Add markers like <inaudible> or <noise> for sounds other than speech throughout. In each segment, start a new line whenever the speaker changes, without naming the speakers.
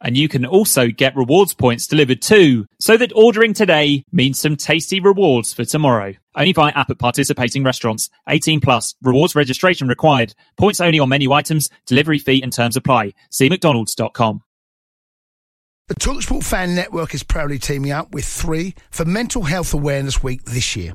and you can also get rewards points delivered too, so that ordering today means some tasty rewards for tomorrow. Only via app at participating restaurants. 18 plus. Rewards registration required. Points only on menu items. Delivery fee and terms apply. See mcdonalds.com.
The Talksport Fan Network is proudly teaming up with three for Mental Health Awareness Week this year.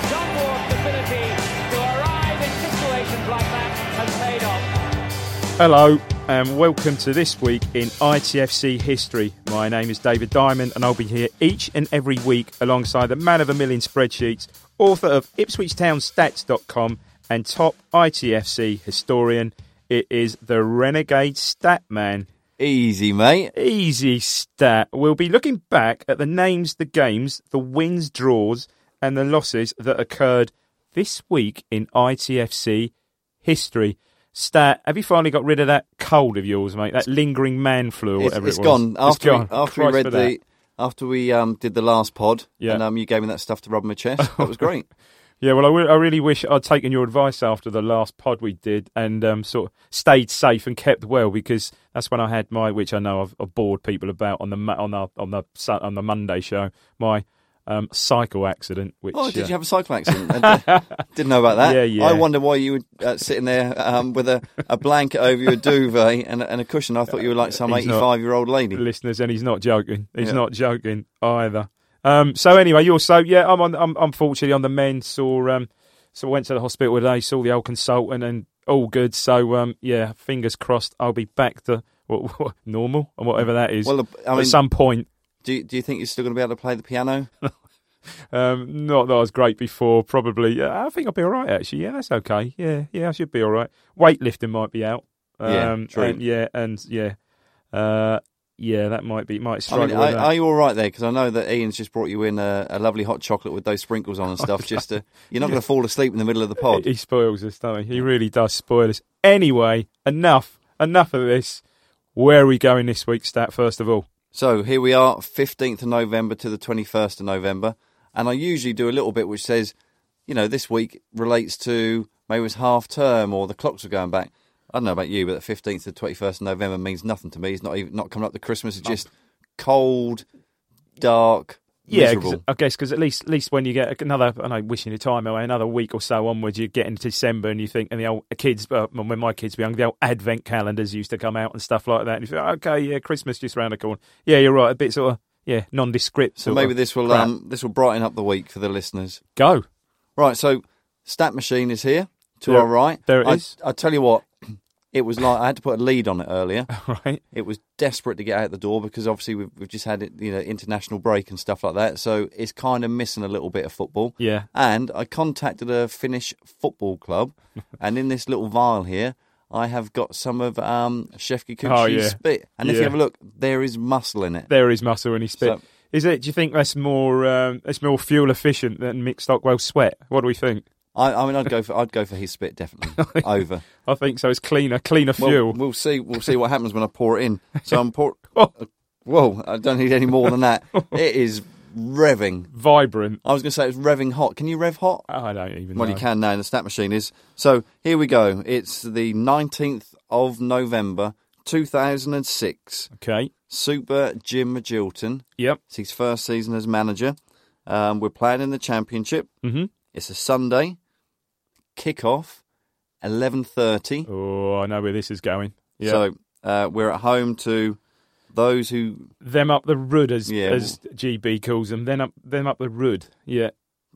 ability to arrive in situations like that has paid off.
Hello and welcome to this week in ITFC history. My name is David Diamond and I'll be here each and every week alongside the man of a million spreadsheets, author of IpswichTownStats.com and top ITFC historian. It is the renegade stat man.
Easy, mate.
Easy stat. We'll be looking back at the names, the games, the wins, draws, and the losses that occurred this week in ITFC history. Stat, have you finally got rid of that cold of yours, mate? That lingering man flu or
It's-
whatever
it's
it was.
gone. After
it's gone.
we, after we
Christ
read
for
the
that.
after we um, did the last pod,
Yeah.
and um, you gave me that stuff to rub on my chest.
<laughs>
That was great.
Yeah, well, I wi- I really wish I'd taken your advice after the last pod we did and um, sort of stayed safe and kept well because that's when I had my, which I know I've, I've bored people about on the ma- on the on the Sun- on the Monday show, my um, cycle accident. Which
Oh, did
uh,
you have a cycle accident? I
<laughs>
d- didn't know about that.
Yeah, yeah.
I wonder why you were uh, sitting there um, with a, a blanket over your duvet and, a- and a cushion. I thought you were like some
Uh, He's not-
eighty-five-year-old lady.
listeners, and he's not joking. He's
Yeah.
not joking either. Um, so anyway, you're so yeah. I'm on. I'm unfortunately on the men. Saw um, so went to the hospital today. Saw the old consultant, and all good. So um, yeah, fingers crossed. I'll be back to what, <laughs> what, normal and whatever that is.
Well, I mean-
at some point.
Do you, do you think you're still going to be able to play the piano?
Um, not that I was great before. Probably. Uh, I think I'll be all right actually. Yeah, that's okay. Yeah, yeah, I should be all right. Weightlifting might be out. Um,
Yeah, true.
And, yeah, and yeah, uh, yeah, that might be might
I
struggle.
mean,
with
are,
that.
are you all right there? Because I know that Ian's just brought you in a, a lovely hot chocolate with those sprinkles on
<laughs>
and stuff. Just to, you're not going to fall asleep in the middle of the pod.
He, he spoils us, don't he? He really does spoil us. Anyway, enough, enough of this. Where are we going this week, Stat? First of all,
So here we are, 15th of November to the 21st of November. And I usually do a little bit which says, you know, this week relates to maybe it was half term or the clocks are going back. I don't know about you, but the 15th to 21st of November means nothing to me. It's not even not coming up to Christmas. It's just cold, dark,
yeah, 'cause-
miserable.
I guess because at least, at least when you get another, I know, wishing your time away, another week or so onwards, you get into December and you think, and the old kids, uh, when my kids were young, the old advent calendars used to come out and stuff like that, and you think, okay, yeah, Christmas just round the corner. Yeah, you're right, a bit sort of, yeah, nondescript.
So
sort
maybe
of
this will
crap.
um, this will brighten up the week for the listeners.
go. <laughs>
Right, so Stat Machine is here to
There-
our right.
there it
I,
is.
I tell you what, <clears throat> it was like I had to put a lead on it earlier.
Right,
It was desperate to get out the door because obviously we've, we've just had it, you know international break and stuff like that. So it's kind of missing a little bit of football.
yeah,
And I contacted a Finnish football
<laughs>
club, and in this little vial here, I have got some of um, Shefki Kuchi's
Oh, yeah.
spit. And if
Yeah.
you have a look, there is muscle in it.
there is muscle and he spit.
So-
is it? Do you think that's more? Um, it's more fuel efficient than Mick Stockwell's sweat. What do we think?
I, I mean, I'd go for I'd go for his spit definitely
<laughs>
over.
I think so. It's cleaner, cleaner
Well,
fuel. Oh,
We'll see. We'll see
<laughs>
what happens when I pour it in. So I'm pour. Whoa! I don't need any more than that. It is revving.
Vibrant.
I was going to say it was revving hot. Can you rev hot?
I don't even
Well,
know.
you can now. The snap machine is. So here we go. It's the 19th of November, 2006.
Okay.
Super Jim McGilton.
Yep.
It's his first season as manager. Um, we're playing in the championship.
Mhm.
It's a Sunday. Kickoff, 11.30.
Oh, I know where this is going. Yeah.
So uh, we're at home to those who...
them up the rood, as
Yeah.
as GB calls them. Then up them up the rood. Yeah.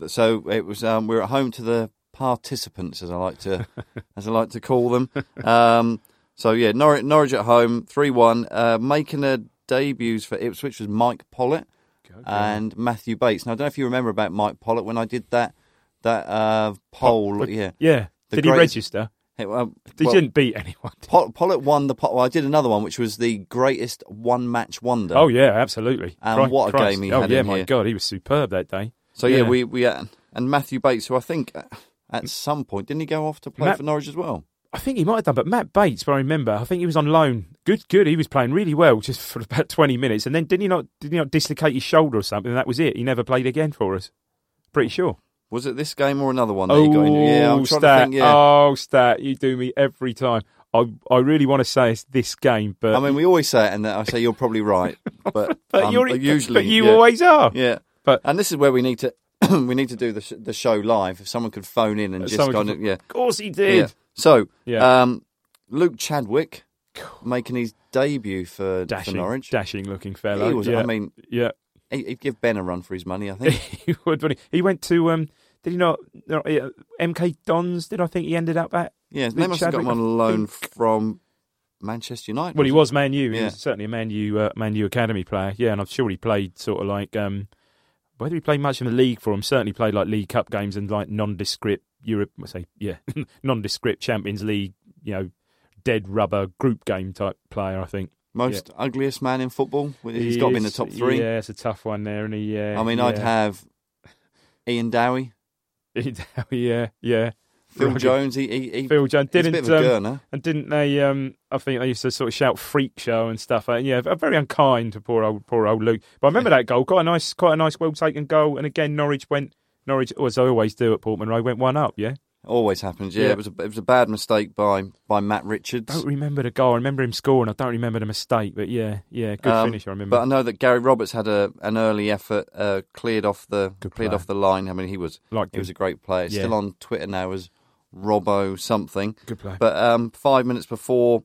So it was. Um, we're at home to the participants, as I
<laughs>
like to, as I like to call them. Um, so yeah, Norwich, Norwich at home, three-one. Uh, making their debuts for Ipswich was Mike Pollitt and Matthew Bates. Now I don't know if you remember about Mike Pollitt when I did that that uh, poll. yeah,
Yeah.
The
Did he
greatest-
register?
Hey, well,
He
well,
didn't beat anyone. <laughs>
Pol- Pollitt won the. pot. Well, I did another one, which was the greatest one-match wonder.
Oh yeah, absolutely.
And
Christ-
what a
Christ.
game he
oh,
had
yeah,
in
my
here.
God, he was superb that day.
So yeah, we we uh, and Matthew Bates, who I think uh, at some point didn't he go off to play
Matt-
for Norwich as well?
I think he might have done, but Matt Bates, if I remember, I think he was on loan. Good, good. He was playing really well just for about <laughs> twenty minutes, and then didn't he not? Did he not dislocate his shoulder or something? And that was it. He never played again for us. Pretty sure.
Was it this game or another one that he got into? Yeah, I'm
stat.
trying to think. Yeah,
Oh, stat. You do me every time. I, I really want to say it's this game, but
I mean, we always say it, and then I say you're probably right, but,
<laughs> but
um,
you're,
but usually,
but you
yeah,
always are.
yeah.
But-
and this is where we need to <clears throat> we need to do the sh- the show live. If someone could phone in and just
Someone
kind
could-
of yeah,
Of course he
yeah.
did.
So
Yeah.
um, Luke Chadwick making his debut for, for
Dashing,
Norwich.
dashing looking fellow.
He was.
yeah.
I mean,
yeah. <laughs>
he- he'd give Ben a run for his money. I think.
he would. wouldn't he? He went to um. Did he not? no, yeah, MK Dons. Did I think he ended up at?
Yeah, they
Luke
must have got him
Chadwick, I
on loan
think-
from Manchester United.
Well, he was Man U. He
Yeah.
was certainly a Man U uh, Man U academy player. Yeah, and I'm sure he played sort of like um. Whether he played much in the league for him, certainly played like League Cup games and like nondescript Europe. I say yeah, <laughs> nondescript Champions League. You know, dead rubber group game type player. I think
Most ugliest man in football. He's got to be in the
is-
top three.
Yeah, it's a tough one there, and he. Uh,
I mean,
<laughs>
I'd
yeah.
have Ian Dowie,
have. yeah, yeah.
Phil
Roger-
Jones. He, he, he,
Phil Jones
he's a
didn't.
bit of a
um,
gurner.
And didn't they? Um, I think they used to sort of shout "freak show" and stuff. And yeah, very unkind to poor old poor old Luke. But I remember that goal. Quite a nice, quite a nice, well taken goal. And again, Norwich went. Norwich, as I always do at Portman Road, went one up. Yeah,
Always happens. Yeah,
Yeah.
it was a, it was a bad mistake by by Matt Richards.
don't remember the goal. I remember him scoring. I don't remember the mistake. But yeah, yeah, good
Um,
finish. I remember.
But I know that Gary Roberts had a an early effort, uh, cleared off the
Good
cleared
player.
off the line. I mean, he was
Like
he was
the-
a great player. It's
Yeah.
Still on Twitter now as Robbo something.
Good player.
But um, five minutes before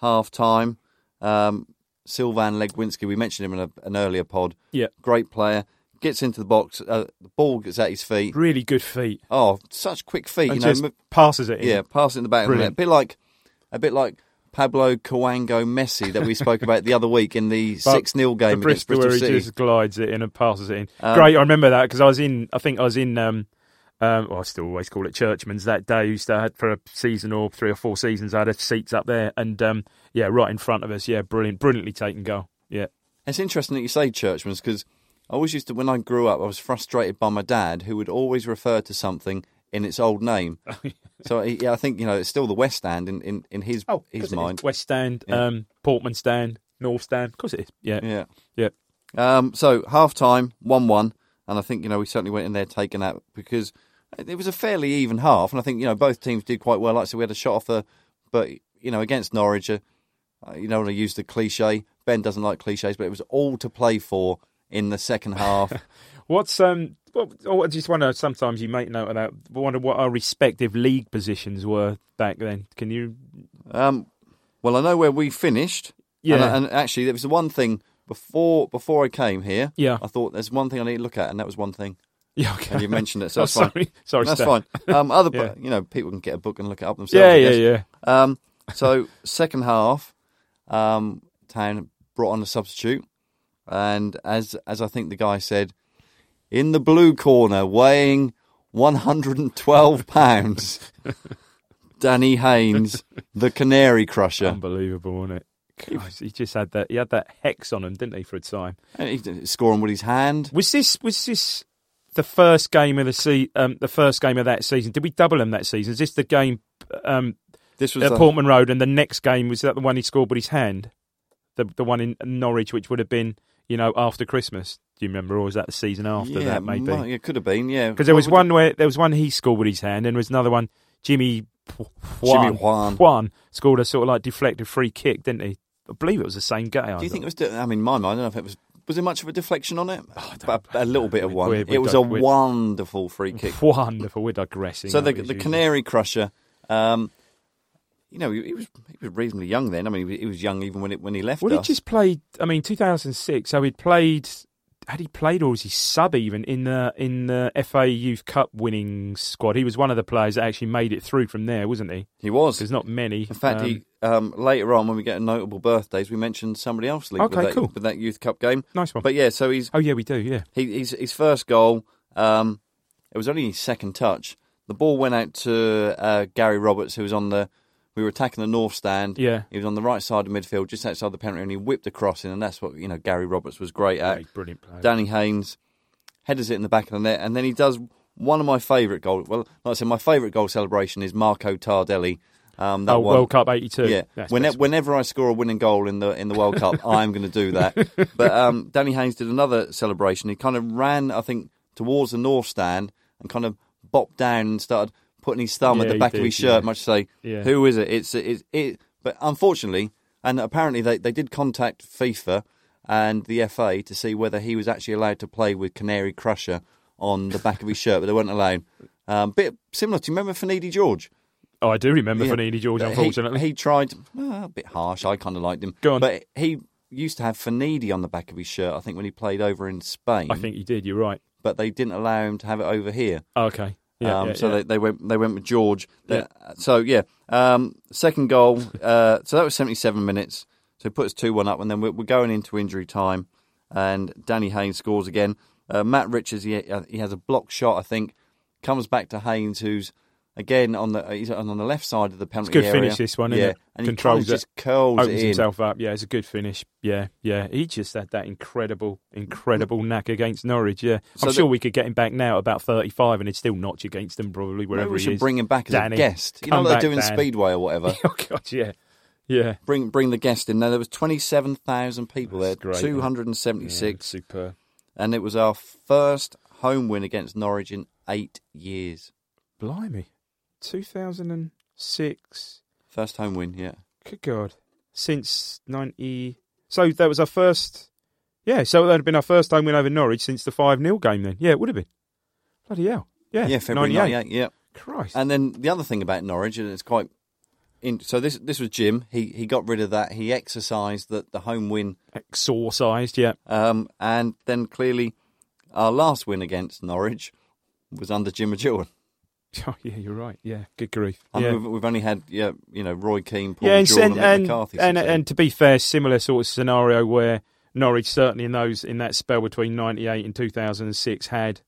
half time, um, Sylvan Legwinski. We mentioned him in a, an earlier pod.
yeah,
Great player. Gets into the box. Uh, the ball gets at his feet.
really good feet.
Oh, such quick feet.
And
you know,
just
mo-
passes it. In.
yeah, passing the back of the
Brilliant.
net. A bit like, a bit like Pablo Coango Messi that we spoke about the other week in the
<laughs> But
six 0 game
the
against
Bristol,
Bristol
where
City. Um,
he just glides it in and passes it in. Great, I remember that because I was in. I think I was in. Um, um, well, I still always call it Churchman's that day. Used to had for a season or three or four seasons. I had a seats up there, and um, yeah, right in front of us. Yeah, brilliant, brilliantly taken goal. Yeah,
It's interesting that you say Churchman's because I always used to when I grew up I was frustrated by my dad who would always refer to something in its
<laughs>
old name. so he, yeah, I think you know it's still the West Stand in in, in his
Oh,
his mind.
West Stand,
Oh, Yeah.
um, Portman Stand, North Stand. Of course it is. Yeah, yeah.
Yeah. Um, so half time, one one, and I think you know we certainly went in there taken out because it was a fairly even half, and I think you know both teams did quite well. Like so, we had a shot off the, but you know against Norwich, uh, uh, you know, I use the cliche. Ben doesn't like cliches, but it was all to play for in
<laughs>
the second half.
What's um? What, oh, I just wonder. Sometimes you make note of that. I wonder what our respective league positions were back then. Can you?
um, well, I know where we finished. and,
Yeah.
I- and actually, there was the one thing before before I came here.
Yeah.
I thought there's one thing I need to look at, and that was one thing.
<laughs> Yeah, okay. <laughs>
And you mentioned it, so
Oh,
that's fine.
sorry, sorry,
that's
Steph.
fine. Um, other,
<laughs> Yeah.
you know, people can get a book and look it up themselves.
Yeah,
I
yeah,
guess.
yeah.
Um, so second half, um, Town brought on a substitute, and as as I think the guy said, in the blue corner, weighing one hundred and twelve <laughs> pounds, Danny Haynes, the Canary Crusher,
Unbelievable, wasn't it? Christ, he just had that. He had that hex on him, didn't he, for a time?
And he did- scoring with his hand.
Was this? Was this the first game of the se- um, The first game of that season? Did we double him that season? Is this the game um,
This was
at
the-
Portman Road, and the next game was that the one he scored with his hand, the the one in Norwich, which would have been you know, after Christmas. Do you remember, or was that the season after
yeah,
that? Maybe
might- it could have been. Yeah,
because there
What
was
would-
one where there was one he scored with his hand, and there was another one Jimmy P- Juan,
Jimmy Juan.
scored a sort of like deflected free kick, didn't he? I believe it was the same guy.
Do you think it was? de- I mean, in my mind. I don't know if it was. Was there much of a deflection on it? But a, a little bit of
Oh, We-
one.
we- we
it was a
don't- we-
wonderful free kick.
wonderful? We're digressing.
So the
aren't we,
the
as
Canary Crusher, um, you know, he, he was he was reasonably young then. I mean, he was, he was young even when it when he left
usual? Well, he
us.
just played. I mean, 2006. So he'd played. Had he played, or was he sub even in the in the FA Youth Cup winning squad? He was one of the players that actually made it through from there, wasn't he?
he was.
There's not many.
In fact,
um,
he, um, later on when we get notable birthdays, we mentioned somebody else linked
Okay,
with, that,
cool.
with that Youth Cup game.
nice one.
But yeah, so he's
oh yeah, we do. Yeah,
he, he's his first goal. Um, it was only his second touch. The ball went out to uh, Gary Roberts, who was on the. We were attacking the north stand.
Yeah.
he was on the right side of midfield, just outside the penalty, and he whipped across in, and that's what you know. Gary Roberts was great at.
Great, brilliant player.
Danny Haynes headers it in the back of the net, and then he does one of my favourite goal. Well, like I said, my favourite goal celebration is Marco Tardelli. Um, that
oh,
one.
World Cup '82.
Yeah, When, whenever I score a winning goal in the in the World
<laughs>
Cup, I'm going to do that. But um, Danny Haynes did another celebration. He kind of ran, I think, towards the north stand and kind of bopped down and started putting his thumb at
Yeah,
the
he
back of
did,
his shirt,
yeah.
much to say,
Yeah.
"Who is it?" It's it, it. But unfortunately, and apparently they they did contact FIFA and the FA to see whether he was actually allowed to play with Canary Crusher on the back of his shirt, but they weren't allowed. Um, bit similar. Do you remember Fanidi George?
Oh, I do remember
Yeah.
Fanini George,
But he-
unfortunately.
He, tried, uh, a bit harsh, I kind of liked him.
Go on.
But he used to have Fanidi on the back of his shirt, I think, when he played over in Spain.
I think he did. You're right. Oh,
But they didn't allow him to have it over here.
Okay. Yeah.
um,
yeah,
so
yeah.
They, they went they went with George. They- uh,
Yeah.
So, yeah. Um, second goal. uh, so that was 77 minutes. So it puts 2 1 up, and then we're, we're going into injury time. And Danny Haynes scores again. Uh, Matt Richards, he, he has a block shot, I think. Comes back to Haynes, who's again on the he's on the left side of the penalty
good
area.
finish, this one,
yeah.
isn't it?
And
Controls it.
he kind of just curls
Opens
it in.
himself up. Yeah, it's a good finish. Yeah, yeah. He just had that incredible, incredible knack against Norwich. Yeah,
So
I'm
the-
sure we could get him back now at about 35, and he'd still notch against them probably
Maybe
wherever
we
he
should
is.
bring him back as
Danny,
a guest. You know
come
what
back,
they do in
Dan. <laughs>
Speedway or whatever.
oh God, yeah, yeah.
bring bring the guest in. Now there was twenty seven thousand people
That's
there,
great,
two hundred and
Yeah,
seventy six,
superb.
and it was our first home win against Norwich in eight years.
Blimey, 2006.
First home win, yeah.
Good God. Since 90. So that was our first. Yeah, so that would have been our first home win over Norwich since the 5 0 game then. Yeah, it would have been. Bloody hell. Yeah,
Yeah, February 98. yeah.
Christ.
And then the other thing about Norwich, and it's quite. In, so this this was Jim. He he got rid of that. He exercised the, the home win,
Exorcised, yeah. <laughs>
um, and then clearly our last win against Norwich was under Jim McEwan.
Oh, yeah, you're right. Yeah, good grief.
I mean,
yeah.
we've, we've only had yeah, you know Roy Keane, Paul
yeah, and,
Jordan,
and,
Mick
and,
McCarthy.
and,
since then.
and to be fair, similar sort of scenario where Norwich certainly in those in that spell between ninety eight and two thousand and six had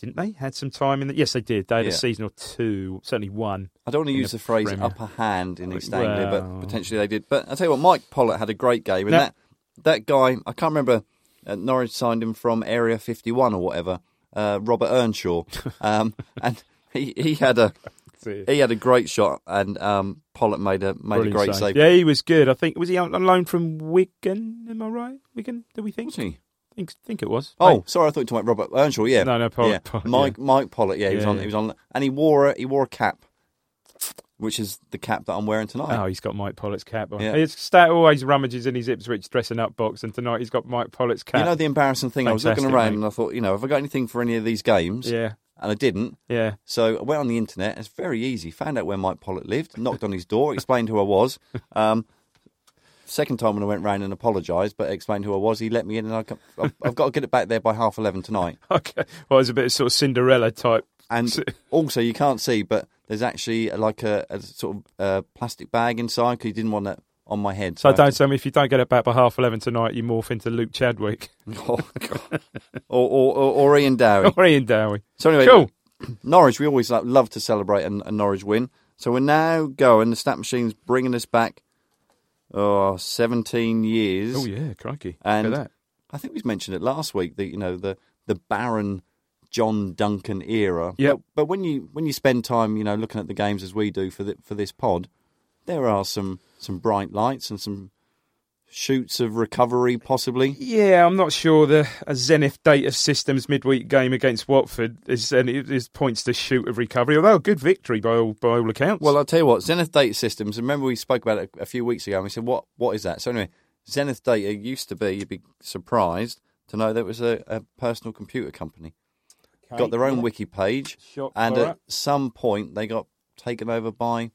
didn't they had some time in the, yes they did they had a
Yeah.
season or two certainly one
I don't want to
in
use
the
the phrase
Premier.
upper hand in East Anglia,
Well-
but potentially they did. But I tell you what, Mike Pollard had a great game, and
No.
that that guy I can't remember. Uh, Norwich signed him from Area 51 or whatever. Uh, Robert
<laughs>
Earnshaw, um, and he, he had a he had a great shot, and um, Pollard made a made
Brilliant
a great save.
Yeah, he was good. I think was he out on loan from Wigan? Am I right? Wigan? Do we think?
Was he?
Think think it was.
Oh,
Mate,
sorry, I thought you were talking about Robert Earnshaw. Yeah,
No, no, Pollard-
yeah.
Pollard,
Mike
yeah.
Mike Pollard. Yeah, he was
Yeah,
on.
yeah.
He was on, and he wore a he wore a cap, which is the cap that I'm wearing tonight.
oh, he's got Mike Pollitt's cap on.
Yeah.
His stat always rummages in his Ipswich dressing up box, and tonight he's got Mike Pollitt's cap.
You know the embarrassing thing. I was looking
Fantastic,
around
mate.
and I thought, you know, have I got anything for any of these games?
yeah,
And I didn't.
yeah. <laughs>
So I went on the internet. It's very easy. Found out where Mike Pollitt lived. Knocked on his door. Explained who
<laughs>
I was. Um, second time when I went round and apologised, but explained who I was. He let me in, and I, co- I've- I've got to get it back there by half eleven tonight.
Okay. Well, it's a bit of sort of Cinderella type. <laughs>
And also, you can't see, but there's actually uh, like a, a sort of uh, plastic bag inside because he didn't want that on my head.
So
I had
don't tell me if you don't get it back by half eleven tonight, you morph into Luke Chadwick <laughs>
to- <laughs> Oh, God. or, or, or, or Ian Dowie.
or Ian Dowie.
So anyway,
Cool.
Norwich, we always like, love to celebrate a, a Norwich win. So we're now going. The stat machine's bringing us back. Oh, 17 years.
Oh yeah, crikey!
And
Look at that.
I think we mentioned it last week. The you know the the Baron John Duncan era.
Yep.
But, but when you when you spend time, you know, looking at the games as we do for the, for this pod, there are some some bright lights and some shoots of recovery, possibly.
Yeah, I'm not sure the a Zenith Data Systems midweek game against Watford is any is points to shoot of recovery. Although a good victory by all by all accounts.
Well, I'll tell you what, Zenith Data Systems, remember we spoke about it a few weeks ago and we said, what, what is that? So, anyway, Zenith Data used to be, you'd be surprised to know that it was a, a personal computer company. Got their own wiki page,
Shock
and
horror.
at some point they got taken over by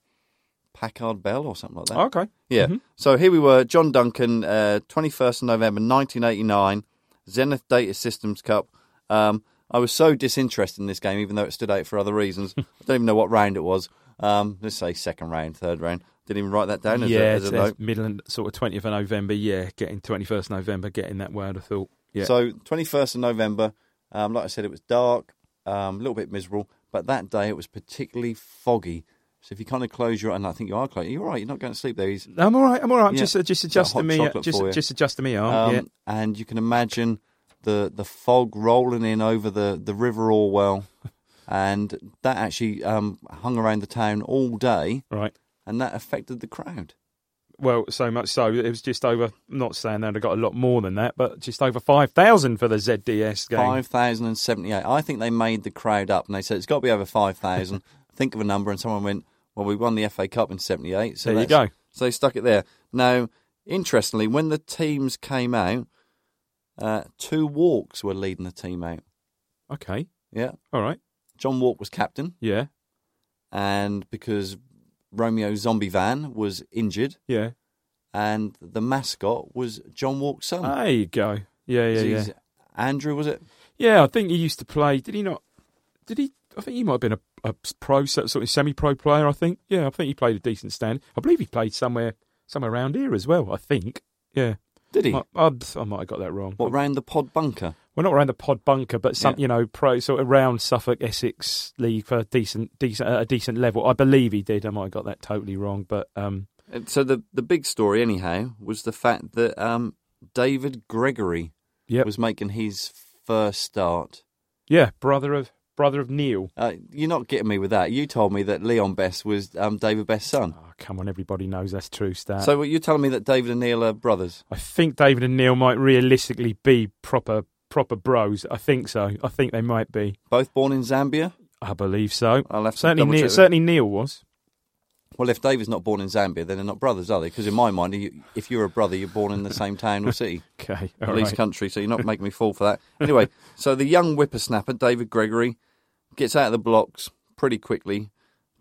Packard Bell or something like that.
okay.
Yeah. So here we were, John Duncan, uh, 21st of November 1989, Zenith Data Systems Cup. Um, I was so disinterested in this game, even though it stood out for
<laughs>
other reasons. I don't even know what round it was. Um, let's say second round, third round. Didn't even write that down as
yeah,
a, as a
it's-
note.
it's middle and sort of 20th of November. Yeah, getting 21st November, getting that way. I'd have thought. Yeah.
So 21st of November, um, like I said, it was dark, um, a little bit miserable, but that day it was particularly foggy. So if you kind of close your and I think you are close, you're right, you're not going to sleep there. He's,
I'm all right. I'm all right. I'm
Yeah.
just uh, just
Bit of hot
adjusting me.
chocolate
Just
for you.
just adjusting me arm.
um,
yeah.
And you can imagine the, the fog rolling in over the, the River Orwell. And that actually um, hung around the town all day,
Right.
and that affected the crowd.
Well, so much so it was just over. I'm not saying that I got a lot more than that, but just over five thousand for the ZDS game.
5,078. I think they made the crowd up and they said it's got to be over 5,000. <laughs> Think of a number. And someone went, Well, we won the FA Cup in 78. So
There you
that's-
go.
So they stuck it there. Now, interestingly, when the teams came out, uh, two walks were leading the team out.
Okay.
Yeah.
All right.
John Walk was captain.
Yeah.
And because Romeo Zombie Van was injured
Yeah.
and the mascot was John Walk's son.
There you go. Ah, Yeah. Yeah. Yeah.
He's- Andrew, was it?
Yeah. I think he used to play. Did he not? Did he? I think he might have been a, a pro, sort of semi-pro player. I think. Yeah. I think he played a decent stand. I believe he played somewhere somewhere around here as well. I think. Yeah.
Did he?
I, I'd- I might have got that wrong.
What, round the pod bunker?
Well, not around the pod bunker, but some
Yeah.
you know pro sort of around Suffolk Essex League for a decent decent uh, a decent level. I believe he did. I might have got that totally wrong, but um,
Uh, So the the big story, anyhow, was the fact that um, David Gregory
yeah,
was making his first start.
yeah, brother of brother of Neil.
Uh, you're not getting me with that. You told me that Leon Best was um, David Best's son.
Oh, come on, everybody knows that's true, Stan.
so what, you're telling me that David and Neil are brothers?
I think David and Neil might realistically be proper proper bros. I think so. I think they might be.
Both born in Zambia?
I believe so.
I'll have to
certainly,
double check
Neil,
that.
certainly Neil was.
Well, if David's not born in Zambia, then they're not brothers, are they? Because in my mind, you, if you're a brother, you're born in the same town or city.
Okay, <laughs>
at
all
least
right.
country, so
<laughs>
you're not making me fall for that. Anyway, so the young whippersnapper, David Gregory, gets out of the blocks pretty quickly.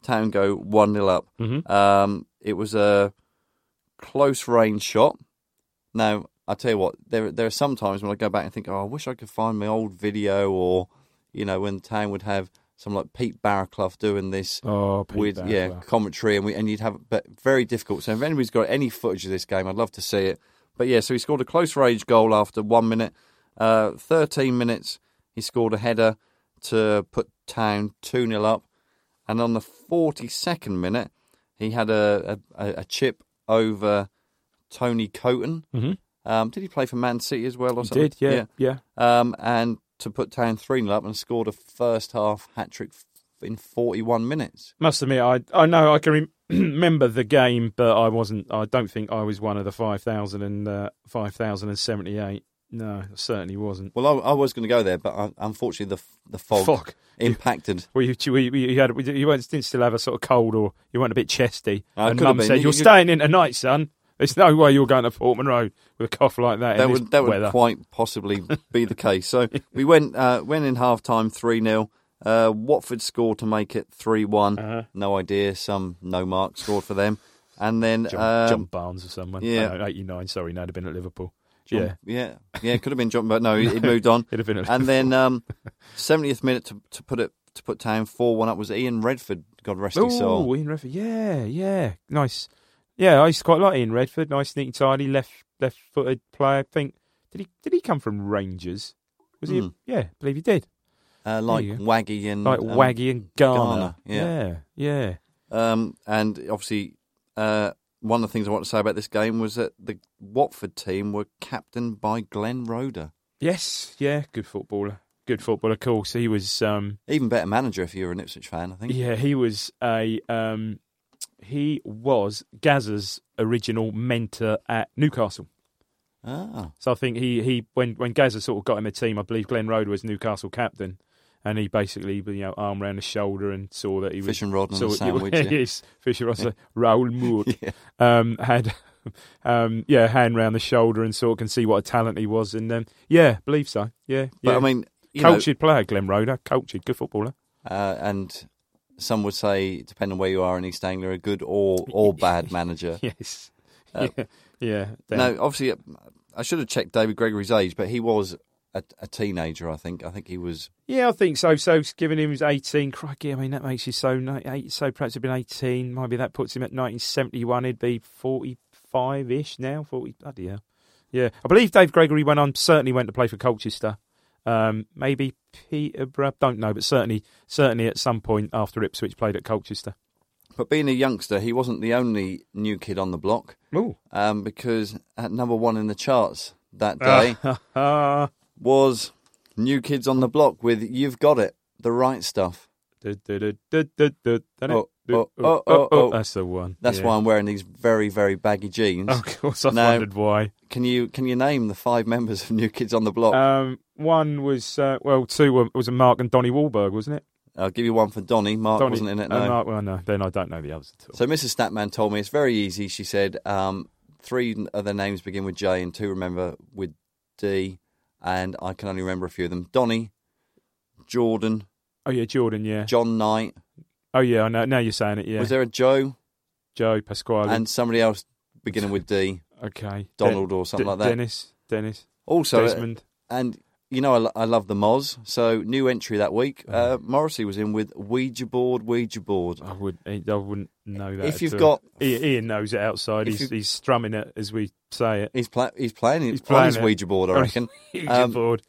Town go 1 0 up.
Mm-hmm.
Um, it was a close range shot. Now, I tell you what, there, there are some times when I go back and think, oh, I wish I could find my old video or, you know, when Town would have someone like Pete Barraclough doing this
Oh, Pete
with yeah
Barraclough.
commentary, and we and you'd have but very difficult. So if anybody's got any footage of this game, I'd love to see it. But yeah, so he scored a close range goal after one minute, uh, thirteen minutes. He scored a header to put Town two 0 up, and on the forty second minute, he had a a, a chip over Tony Coton.
Mhm.
Um, did he play for Man City as well or
He
something?
did. Yeah, yeah,
Um, and to put Town 3 0 up and scored a first half hat trick in 41 minutes.
Must admit, I I know I can rem- <clears throat> remember the game, but I wasn't. I don't think I was one of the five thousand and uh, five thousand and seventy eight. No, I certainly wasn't.
Well, I, I was going to go there, but I, unfortunately, the f- the fog,
Fog.
<laughs> impacted.
Well, you, you, you had you weren't didn't still have a sort of cold, or you weren't a bit chesty.
I
and
could
Mum
have been.
said,
You-
"You're
you-
staying in tonight, son. There's no way you're going to Portman Road with a cough like that."
That
in this
would that would
weather.
quite possibly be the case.
<laughs>
So we went uh, went in half time three 0 uh, Watford scored to make it three one.
Uh-huh.
No idea. Some no mark scored for them, and then
John, John
um,
Barnes or someone.
yeah.
eighty nine. Sorry, no, it'd have been at Liverpool. yeah,
John- um, yeah, yeah, it could have been John, but no,
<laughs>
he he moved on.
It'd have been a-
and then um, 70th minute to, to put it to put Town four one up was Ian Redford. God rest his soul.
Oh, Ian Redford. Yeah, yeah. Nice. Yeah, I used to quite like Ian Redford. Nice, neat, and tidy, left left footed player. I think did he did he come from Rangers? Was he?
Hmm.
Yeah, I believe he did.
Uh, like
There you
Waggy and
Like
um,
Waggy and Garner.
Garner, yeah.
yeah, yeah.
Um, and obviously, uh, one of the things I want to say about this game was that the Watford team were captained by Glenn Roder.
Yes, yeah. Good footballer. Good footballer. Of course, he was. Um,
Even better manager if you're an Ipswich fan, I think.
yeah, he was a. Um, he was Gazza's original mentor at Newcastle.
Ah,
So I think he, he when when Gaza sort of got him a team, I believe Glenn Roder was Newcastle captain, and he basically you know arm around his shoulder and saw that he was
Fish and rod and
saw- <laughs>
a sandwich, yeah.
yes, fish and rod. so Raoul
<laughs>
Moore um, had <laughs> um, yeah hand round the shoulder and sort of can see what a talent he was, and um, yeah, believe so. Yeah,
but
yeah.
I mean, you know,
cultured player, Glenn Roder, cultured, good
<laughs>
footballer.
uh, and some would say, depending on where you are in East Anglia, a good or
<laughs>
or bad manager.
Yes, yeah, yeah.
Um, No, obviously, uh, I should have checked David Gregory's age, but he was a, a teenager. I think. I think he was.
Yeah, I think so. So, given he was 18, crikey, I mean, that makes you so ni- eight. So, perhaps he'd been 18. Maybe that puts him at 1971. He'd be 45 ish now. 40, bloody hell. Yeah. I believe Dave Gregory went on, certainly went to play for Colchester. Um, maybe Peterborough. Don't know, but certainly, certainly at some point after Ipswich played at Colchester.
But being a youngster, he wasn't the only new kid on the block,
<laughs> Ooh.
um, because at number one in the charts that
Ah.
day was "New Kids on the Block" with "You've Got It," the right stuff. Oh, oh, oh, oh, oh.
That's the one.
That's
yeah.
why I'm wearing these very, very baggy jeans.
<laughs> Of course, I
No.
wondered why.
Can you can you name the five members of New Kids on the Block?
Um, one was uh, well, two were, was a Mark and Donny Wahlberg, wasn't it?
I'll give you one for Donny. Mark
Donny-
wasn't in it. No.
oh, Mark, well, no, then I don't know the others at all.
So Mrs. Snapman told me it's very easy. She said um, three of their names begin with J and two remember with D, and I can only remember a few of them: Donny, Jordan,
oh yeah, Jordan, yeah.
John Knight.
oh yeah, I know. Now you're saying it, yeah.
Was there a Joe
Joe Pasquale?
and somebody else beginning with D?
okay,
Donald or something like that. uh,
Dennis, Dennis,
Also,
Desmond.
and you know I, lo- I love the Moz. So new entry that week.
Mm-hmm.
Uh, Morrissey was in with Ouija board, Ouija board.
I would, I wouldn't know that.
If
at
you've
all.
got-
Ian, Ian knows it outside.
If
He's,
you-
he's strumming it as we say it.
He's, pla- he's playing. He's
He's
playing
playing
his
it.
Ouija
<laughs>
board. I reckon.
Ouija
Um,
board.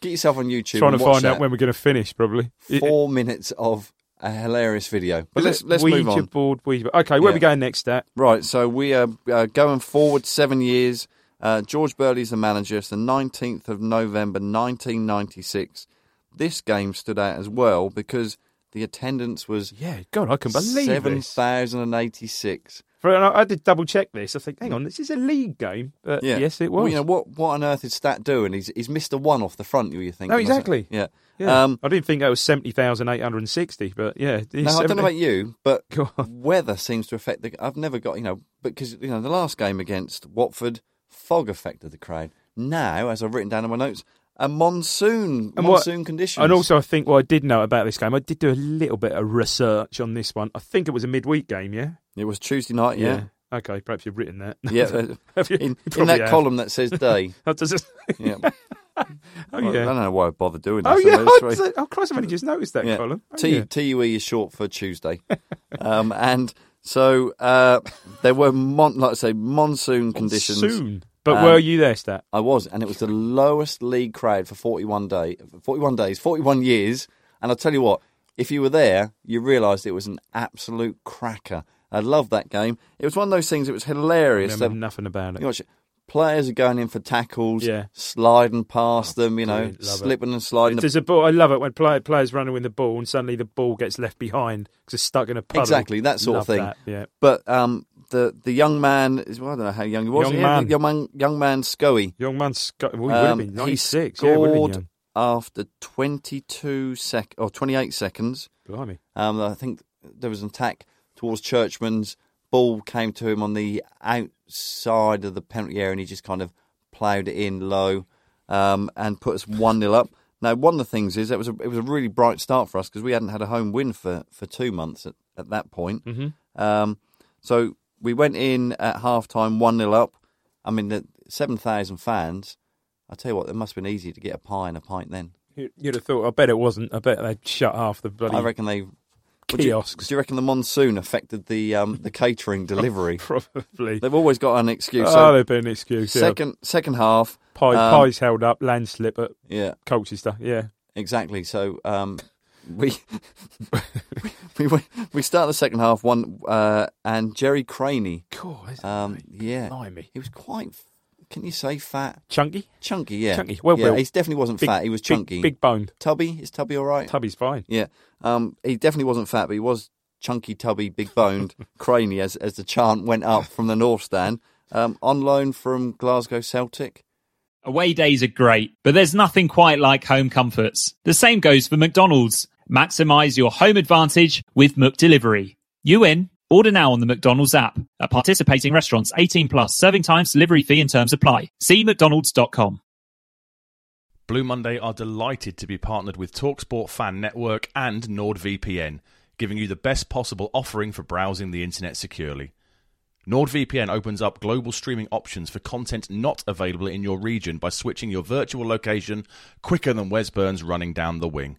Get yourself on YouTube.
Trying to
and watch
find
that.
out when we're going to finish, probably. It-
four minutes of a hilarious video. But
is
let's
it
let's
Ouija
move on.
board, Ouija board. Okay, where
Yeah.
we going next? That
Right, so we are uh, going forward seven years. Uh, George Burley's the manager. It's the 19th of November 1996. This game stood out as well because the attendance was
yeah, God, I can believe this.
7,086.
For, and I, I did double check this. I think, hang on, this is a league game. But
Yeah.
Yes, it was.
Well, you know, what, what on earth is Stat doing? He's, he's missed a one off the front, you think.
No, exactly.
Yeah.
Yeah.
Um,
I didn't think that was 70,860, but yeah. it's
Now, I don't
70
know about you, but
Oh, <laughs> Go on.
weather seems to affect the. I've never got, you know, because, you know, the last game against Watford, fog affected the crowd. Now, as I've written down in my notes, a monsoon,
And what-
monsoon conditions.
And also, I think what I did know about this game, I did do a little bit of research on this one. I think it was a midweek game, yeah?
It was Tuesday night, yeah.
Okay, perhaps you've written that. <laughs>
Yeah. uh,
Have you? You
in, in
probably
that
have.
column that says day.
<laughs> That doesn't- <laughs>
Yeah.
oh,
I
yeah.
don't know why I bothered doing this.
Oh,
I
yeah.
mean, it's very-
Oh, Christ, I've only just noticed that column. Oh,
T-
yeah.
TUE is short for Tuesday. um, <laughs> and so uh, there were, mon- like I say, monsoon conditions.
Soon. But
Um,
were you there, Stat?
I was, and it was the lowest league crowd for 41 day, 41 days, 41 years. And I'll tell you what, if you were there, you realised it was an absolute cracker. I love that game. It was one of those things. It was hilarious.
remember
that-
nothing about it.
you watch it, Players are going in for tackles,
Yeah.
sliding past them, you know,
brilliant, love it.
slipping and sliding.
There's a ball. I love it when play, players running with the ball and suddenly the ball gets left behind because it's stuck in a puddle.
Exactly, that sort
Love
of thing.
that, Yeah.
But um, the the young man is well, I don't know how young he was.
Young
Yeah,
man.
young man, young man, Scoey.
Young man, sco- well, he would have
Um,
been
he
96. yeah, would have been
scored
young.
after 22 sec or 28 seconds.
Blimey.
Um, I think there was an attack towards Churchman's. Ball came to him on the outside of the penalty area, and he just kind of ploughed it in low um, and put us one 0 up. Now, one of the things is that was a, it was a really bright start for us because we hadn't had a home win for, for two months at, at that point. Um, so we went in at half time one 0 up. I mean, the seven thousand fans. I tell you what, it must have been easy to get a pie and a pint then.
You- You'd have thought. I bet it wasn't. I bet they'd shut half the bloody
I reckon they Would you-
kiosks. <laughs>
do you reckon the monsoon affected the um, the catering
<laughs>
delivery?
Oh, Probably.
They've always got an excuse.
oh,
So
there'd be an excuse.
second second half,
yeah. Pie,
um,
pies held up, landslip at
yeah,
Colchester. Yeah.
exactly. So um, we <laughs> we went- we start the second half one, uh, and Jerry Craney,
Cool.
um, yeah,
Blimey.
he was quite. Can you say fat,
Chunky.
chunky? Yeah,
Chunky, well
yeah,
built.
he definitely wasn't
Big-
fat. He was
big-
chunky.
Big, boned.
tubby is tubby all right?
Tubby's fine.
Yeah. Um, he definitely wasn't fat,
<laughs>
but he was chunky, tubby, big boned, crany as, as the chant went up from the north stand. Um, on loan from Glasgow Celtic.
Away days are great, but there's nothing quite like home comforts. The same goes for McDonald's. Maximize your home advantage with Mook Delivery. You win. Order now on the McDonald's app. At participating restaurants, 18 plus serving times, delivery fee and terms apply. See mcdonalds.com.
Blue Monday are delighted to be partnered with Talksport Fan Network and NordVPN, giving you the best possible offering for browsing the internet securely. NordVPN opens up global streaming options for content not available in your region by switching your virtual location quicker than Wes Burns running down the wing.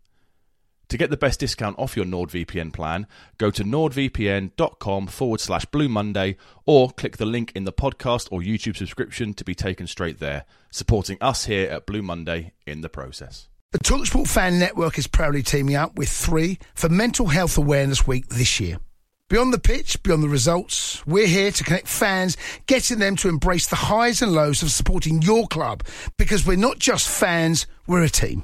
To get the best discount off your NordVPN plan, go to nordvpn.com forward slash Blue Monday or click the link in the podcast or YouTube subscription to be taken straight there, supporting us here at Blue Monday in the process.
The Talksport Fan Network is proudly teaming up with three for Mental Health Awareness Week this year. Beyond the pitch, beyond the results, we're here to connect fans, getting them to embrace the highs and lows of supporting your club because we're not just fans, we're a team.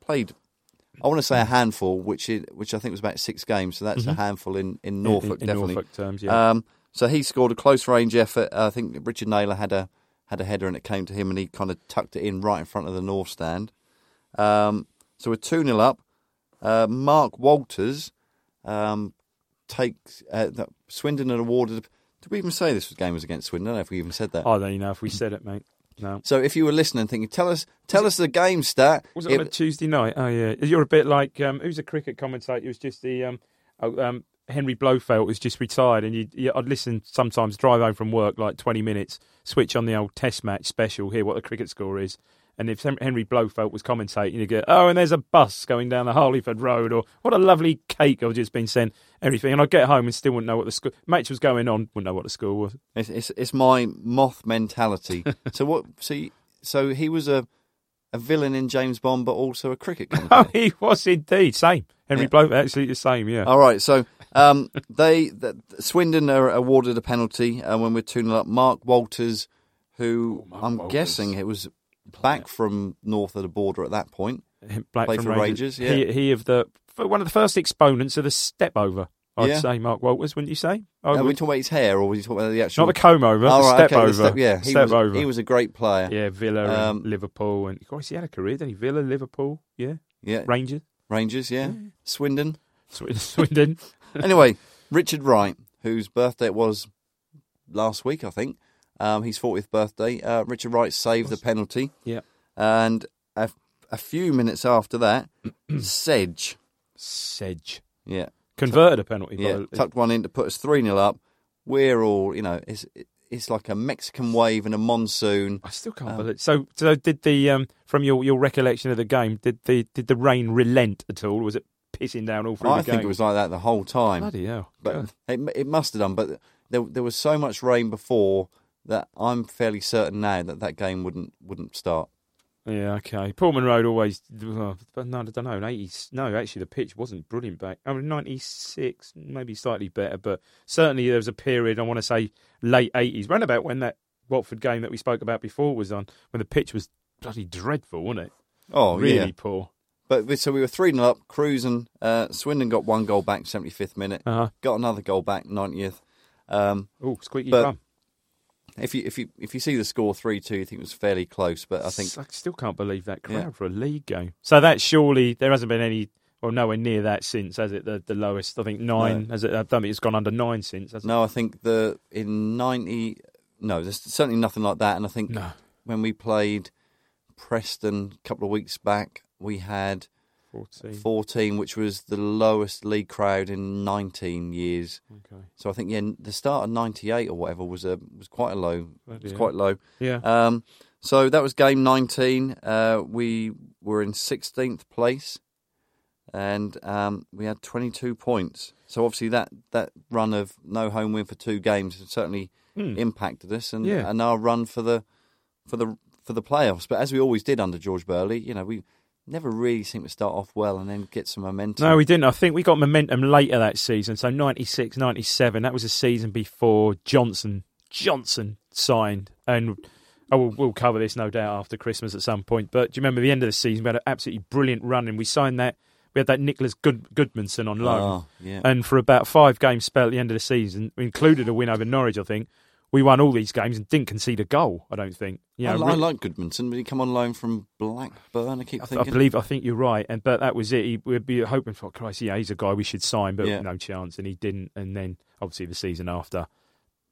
played. I want to say a handful, which it, which I think was about six games. So that's a handful in, in Norfolk,
Mm-hmm. in
definitely.
Norfolk terms, yeah.
Um, so he scored a close range effort. I think Richard Naylor had a had a header and it came to him, and he kind of tucked it in right in front of the north stand. Um, so we're two 0 up. Uh, Mark Walters um, takes uh, that- Swindon had awarded. Did we even say this game was against Swindon? I don't know if we even said that.
I don't even know if we said it, mate. No.
So if you were listening, thinking, tell us, tell us the game stat.
Was it, on a Tuesday night? Oh yeah, you're a bit like um, who's a cricket commentator? It was just the um, oh, um, Henry Blofeld was just retired, and you, you, I'd listen sometimes drive home from work like 20 minutes, switch on the old Test match special, hear what the cricket score is, and if Hen- Henry Blofeld was commentating, you go, oh, and there's a bus going down the Harleyford Road, or what a lovely cake I've just been sent, everything, and I'd get home and still wouldn't know what the school match was going on, wouldn't know what the score was.
It's, it's it's my
<laughs>
moth mentality. so what? See, so he was a a villain in James Bond, but also
<laughs>
a cricket.
Oh,
commentator.
he was indeed same. Henry
Yeah.
Blofeld, absolutely the same. Yeah.
All right, so um, they that Swindon are awarded a penalty uh, when we're two 0 up. Mark Walters, who
Oh,
I'm guessing it was back from north of the border at that point.
Black
Play
from
for
Rangers.
Rangers, yeah.
He, he of the f- one of the first exponents of the step over. I'd
Yeah.
say Mark Walters, wouldn't you say? I
Are we
would-
talking about his hair, or were you talking about the actual?
Oh, not the comb over,
All
the
right,
step
okay,
over.
the step- yeah, he
step
was,
over.
He was a great player.
yeah, Villa
Um,
and Liverpool, and of course he had a career. Then he Villa, Liverpool, yeah,
yeah.
Rangers, <laughs>
Rangers, yeah, Swindon.
Sw- Swindon.
anyway, Richard Wright, whose birthday it was last week, I think, um, his 40th birthday, uh, Richard Wright saved the penalty.
yeah,
And a, a few minutes after
<clears throat>
that, Sedge,
Sedge
yeah,
converted a penalty. by
yeah,
the-
tucked one in to put us 3 0 up. We're all, you know, it's it's like a Mexican wave and a monsoon.
I still can't believe. So, so did the um, from your, your recollection of the game, did the did the rain relent at all? Was it pissing down all through
I
the
think
game?
it was like that the whole time.
bloody hell. Yeah.
but it, it must have done. But there, there was so much rain before that I'm fairly certain now that that game wouldn't wouldn't start.
Yeah, okay. Pullman Road always, well, but no, I don't know. In 80s, no, actually, the pitch wasn't brilliant back. I mean, 96, maybe slightly better, but certainly there was a period, I want to say late 80s, round about when that Watford game that we spoke about before was on, when the pitch was bloody dreadful, wasn't it?
Oh,
really
yeah.
poor.
But we- so we were 3 0 up, cruising. Uh, Swindon got one goal back, 75th minute.
Uh-huh.
Got another goal back, 90th. Um,
Oh, squeaky
But
bum.
if you if you if you see the score 3 2, you think it was fairly close. But I think
S- I still can't believe that crowd
Yeah.
for a league game. So that surely, there hasn't been any, well, nowhere near that since, has it? The, the lowest, I think, nine. Has it, I don't think it's gone under nine since, has it?
no, I think the in 90 no, there's certainly nothing like that. And I think
No.
when we played Preston a couple of weeks back. We had
14.
14, which was the lowest league crowd in 19 years.
Okay.
So I think yeah, the start of '98 or whatever was a was quite a low.
Bloody
It was
hell.
quite low.
Yeah.
Um, so that was game 19. Uh, we were in 16th place, and um, we had 22 points. So obviously that that run of no home win for two games has certainly impacted us, and
Hmm. Yeah.
and our run for the for the for the playoffs. But as we always did under George Burley, you know we. Never really seem to start off well and then get some momentum.
No, we didn't. I think we got momentum later that season. So 96, 97, that was a season before Johnson Johnson signed. And I will we'll cover this no doubt after Christmas at some point. But do you remember the end of the season? We had an absolutely brilliant run and we signed that. We had that Nicholas Good, Goodmanson on loan.
Oh, yeah.
And for about five game spell at the end of the season, we included a win over Norwich, I think. We won all these games and didn't concede a goal, I don't think. You
I,
know,
I
re-
like Goodmanson, but he come on loan from Blackburn. I keep
I
thinking.
believe I think you're right, and but that was it. He, we'd be hoping for Christ, yeah, he's a guy we should sign, but
Yeah.
no chance, and he didn't. And then obviously the season after,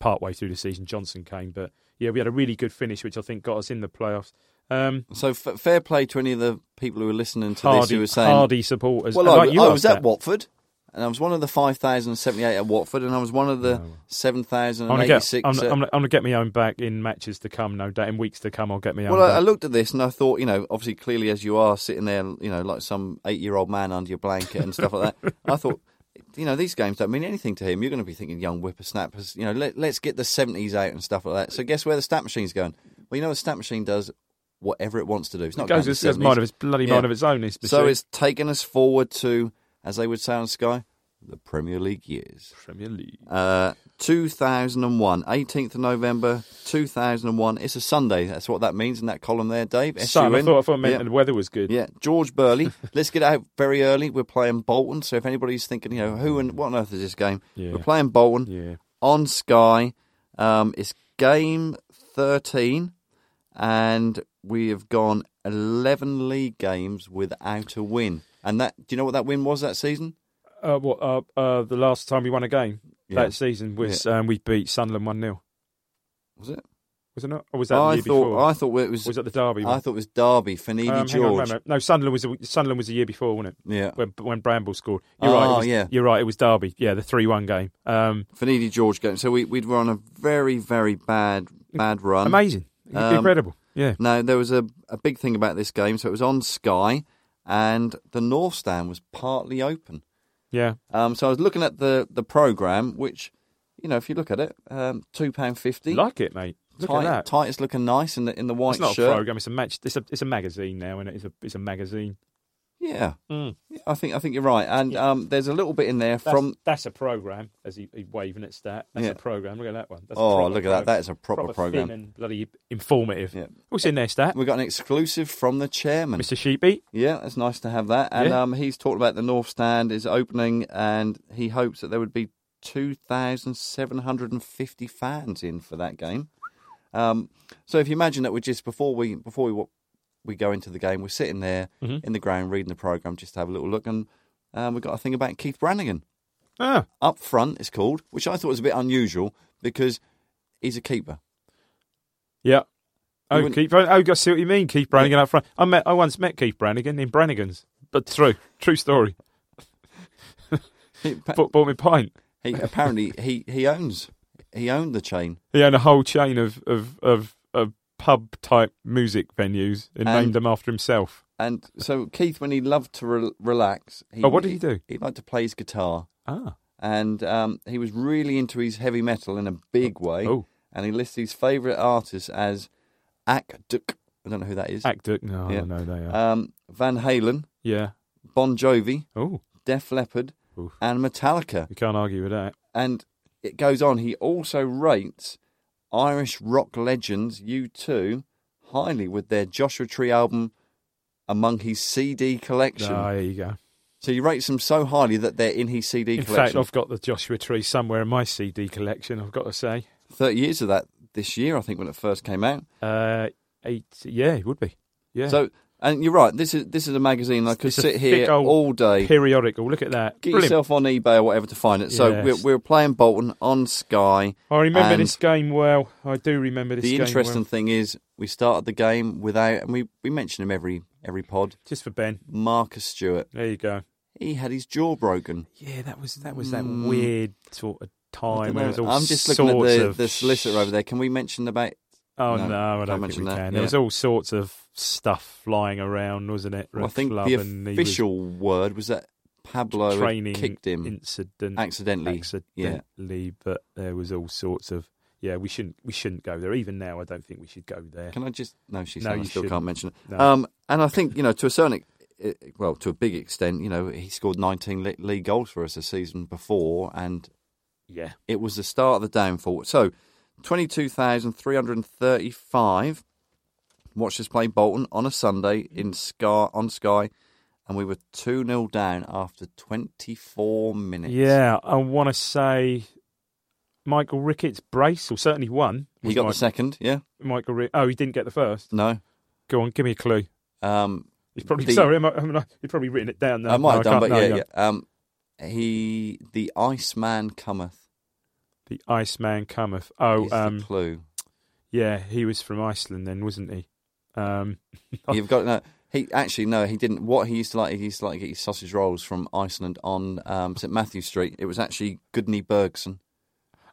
part way through the season, Johnson came, but yeah, we had a really good finish, which I think got us in the playoffs. Um,
So f- fair play to any of the people who are listening to this
hardy,
who are saying,
hardy supporters.
"Well,
And
I,
like you
I
asked
was at
that.
Watford, and I was one of the five thousand seventy-eight at Watford, and I was one of the seven thousand
I'm gonna get,
eighty-six."
I'm,
at-
I'm, gonna- I'm gonna get my own back in matches to come, no doubt. In weeks to come, I'll get my own.
well, I, I
back.
looked at this and I thought, you know, obviously, clearly, as you are sitting there, you know, like some eight-year-old man under your blanket and stuff like
<laughs>
that, I thought. You know these games don't mean anything to him. You're going to be thinking, young whippersnappers. You know, let, let's get the seventies out and stuff like that. So, guess where the stat machine's going? Well, you know, the stat machine does whatever it wants to do. It's not
it
going
goes
to
as,
the
as mind
70s.
of its bloody
Yeah.
mind of its own. This
So
machine.
it's taken us forward to, as they would say on Sky, the Premier League years.
Premier League.
Uh, 2001, 18th of November 2001. It's a Sunday. That's what that means in that column there, Dave.
Sun, I
S-U-N.
thought I thought it meant
Yeah.
the weather was good.
Yeah, George Burley. <laughs> Let's get out very early. We're playing Bolton. So if anybody's thinking, you know, who and what on earth is this game?
Yeah.
We're playing Bolton
yeah.
on Sky. Um, it's game 13, and we have gone 11 league games without a win. And that, do you know what that win was that season?
Uh, what uh, uh, the last time we won a game
Yeah.
that season was um, we beat Sunderland one 0
Was it?
Was it not? Or was that the
I
year
thought
before?
I thought it was.
was that the Derby?
I
One?
thought it was Derby,
Um,
Finidi
hang on,
George.
hang on. No, Sunderland was the, Sunderland was the year before, wasn't it?
Yeah,
When when Bramble scored. You're right.
Oh,
It was,
yeah.
You're right. It was Derby. Yeah, the three one game. Um,
Finidi George game. So we we were on a very very bad bad run.
amazing.
um,
Incredible. Yeah.
No, there was a, a big thing about this game. So it was on Sky, and the North Stand was partly open.
Yeah.
Um, so I was looking at the the program, which you know, if you look at it, um, two pound fifty.
Like it, mate. Look
tight,
at that.
tight is looking nice in the in the white
it's not
shirt.
a program. It's a match. It's a it's a magazine now, and it's a it's a magazine.
Yeah,
Hmm.
Yeah, I think I think you're right. And um, there's a little bit in there
That's,
from.
that's a program. As he, he waving at stat. That's
Yeah.
a program. Look at that one. That's a
Oh,
proper
look at that!
program.
That is a proper, program.
thin and bloody informative.
Yeah.
What's in there, stat?
We got an exclusive from the chairman.
Mr. Sheepy.
Yeah, it's nice to have that. And
Yeah.
um, he's talked about the North Stand is opening, and he hopes that there would be two thousand seven hundred and fifty fans in for that game. Um, so if you imagine that we're just before we before we wa- we go into the game, we're sitting there in the ground reading the program just to have a little look, and um, we've got a thing about Keith Brannigan
Ah,
up front. It's called, which I thought was a bit unusual because he's a keeper.
yeah.
You
Oh,
wouldn't-
Keith. Oh, I see what you mean. Keith Brannigan up front. I met. I once met Keith Brannigan in Brannigan's. But true, true story.
<laughs> He, pa-
Bought, bought me a pint.
he apparently he he owns he owned the chain.
He owned a whole chain of of of, of pub type music venues and,
And-
named them after himself.
And so Keith, when he loved to re- relax, he,
Oh, what did he do?
He liked to play his guitar,
Ah,
and um, he was really into his heavy metal in a big way.
Oh.
And he lists his favourite artists as Ak Duk, I don't know who that is.
actor. No,
Yeah.
no, they are.
um, Van Halen,
yeah.
Bon Jovi,
Oh,
Def Leppard,
Oof.
and Metallica.
you can't argue with that.
And it goes on. He also rates Irish rock legends U2 highly with their Joshua Tree album among his CD collection.
Ah, there you go.
So he rates them so highly that they're in his CD
In fact,
collection.
I've got the Joshua Tree somewhere in my CD collection. I've got to say,
Thirty years of that this year, I think, when it first came out.
uh, eight. Yeah, it would be. Yeah.
So And you're right. This is this is a magazine I could
It's a
sit
thick
here
old
all day.
Periodical. Look at that.
Get
Brilliant.
yourself on eBay or whatever to find it. So
Yes.
we're, we're playing Bolton on Sky.
I remember
and
this game well. I do remember this
The
game
interesting
well.
thing is, we started the game without, and we, we mention him every every pod.
Just for Ben.
Marcus Stewart.
There you go.
He had his jaw broken.
Yeah, that was that was that
Hmm.
weird sort of time when it was Oh, all
I'm just
sorts
looking at the,
of
the solicitor over there. Can we mention about?
Oh no, I
No, can't
don't think
mention
we
that,
can.
yeah.
There was all sorts of stuff flying around, wasn't it?
Well, I
At
think
club
the
and he was
official word was that Pablo had
training
kicked him
incident
accidentally. Yeah.
accidentally, but there was all sorts of yeah. We shouldn't we shouldn't go there. Even now, I don't think we should go there.
Can I just? No, she's
No,
saying I
you
still can't
shouldn't.
mention it.
No.
Um, and I think you know to a certain, e- eh, well, to a big extent, you know, he scored 19 le- league goals for us the season before, and
yeah,
it was the start of the downfall. So, 22,335 watched us play Bolton on a Sunday in Sky on Sky, and we were two 0 down after 24 minutes.
yeah. I want to say Michael Ricketts brace or certainly one.
he
was
got
Mi-
the second. Yeah,
Michael. Rick- oh, he didn't get the first.
no.
Go on, give me a clue.
Um,
He's probably
The-
sorry. Am I, am I, he's probably written it down. Now.
I might have done, but
no,
yeah, yeah. Um, he, the Iceman cometh.
The Iceman cometh. Oh,
is the
um,
clue.
yeah, he was from Iceland then, wasn't he? Um,
You've got no. He actually no, he didn't. What he used to like, he used to like get his sausage rolls from Iceland on um, St Matthew Street. It was actually Goodney Bergson.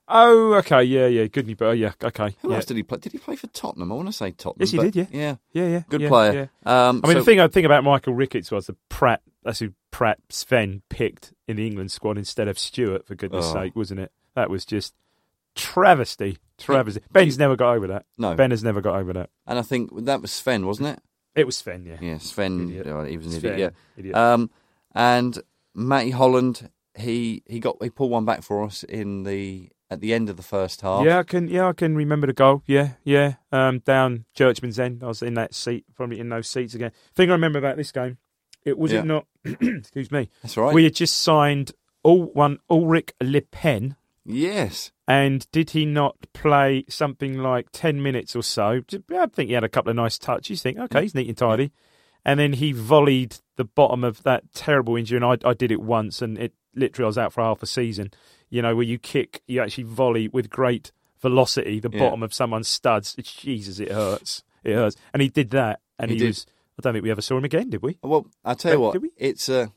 oh, okay, yeah, yeah, Goodney, but yeah, okay,
Who
yeah.
else did he play? Did he play for Tottenham? I want to say Tottenham.
Yes, he
but-
did, yeah.
yeah,
yeah, yeah,
good
yeah,
player.
yeah.
Um,
I mean,
so-
the thing I think about Michael Ricketts was the Pratt. That's who Pratt Sven picked in the England squad instead of Stewart. For goodness'
Oh.
sake, wasn't it? That was just travesty, travesty. Ben's never got over that.
No.
Ben has never got over that.
and I think that was Sven, wasn't it?
It was Sven, yeah.
Yeah, Sven.
Idiot.
oh, he was an
Sven,
idiot. Yeah.
idiot.
Um, and Matty Holland, he he got he pulled one back for us in the at the end of the first half.
Yeah, I can. Yeah, I can remember the goal. Yeah, yeah. Um, down Churchman's end, I was in that seat, probably in those seats again. Thing I remember about this game, it was
Yeah.
it not? <clears throat> excuse me.
that's right.
We had just signed all one Ulrich Le Pen,
yes,
and did he not play something like ten minutes or so? J- I think he had a couple of nice touches. Think, okay, he's neat and tidy, and then he volleyed the bottom of that terrible injury. And I, I did it once, and it literally I was out for half a season. You know, where you kick, you actually volley with great velocity the
Yeah.
bottom of someone's studs. It's, Jesus, it hurts. It hurts. And he did that, and
He
he,
did.
was. I don't think we ever saw him again, did we?
well, I tell you
But
what,
did we?
it's a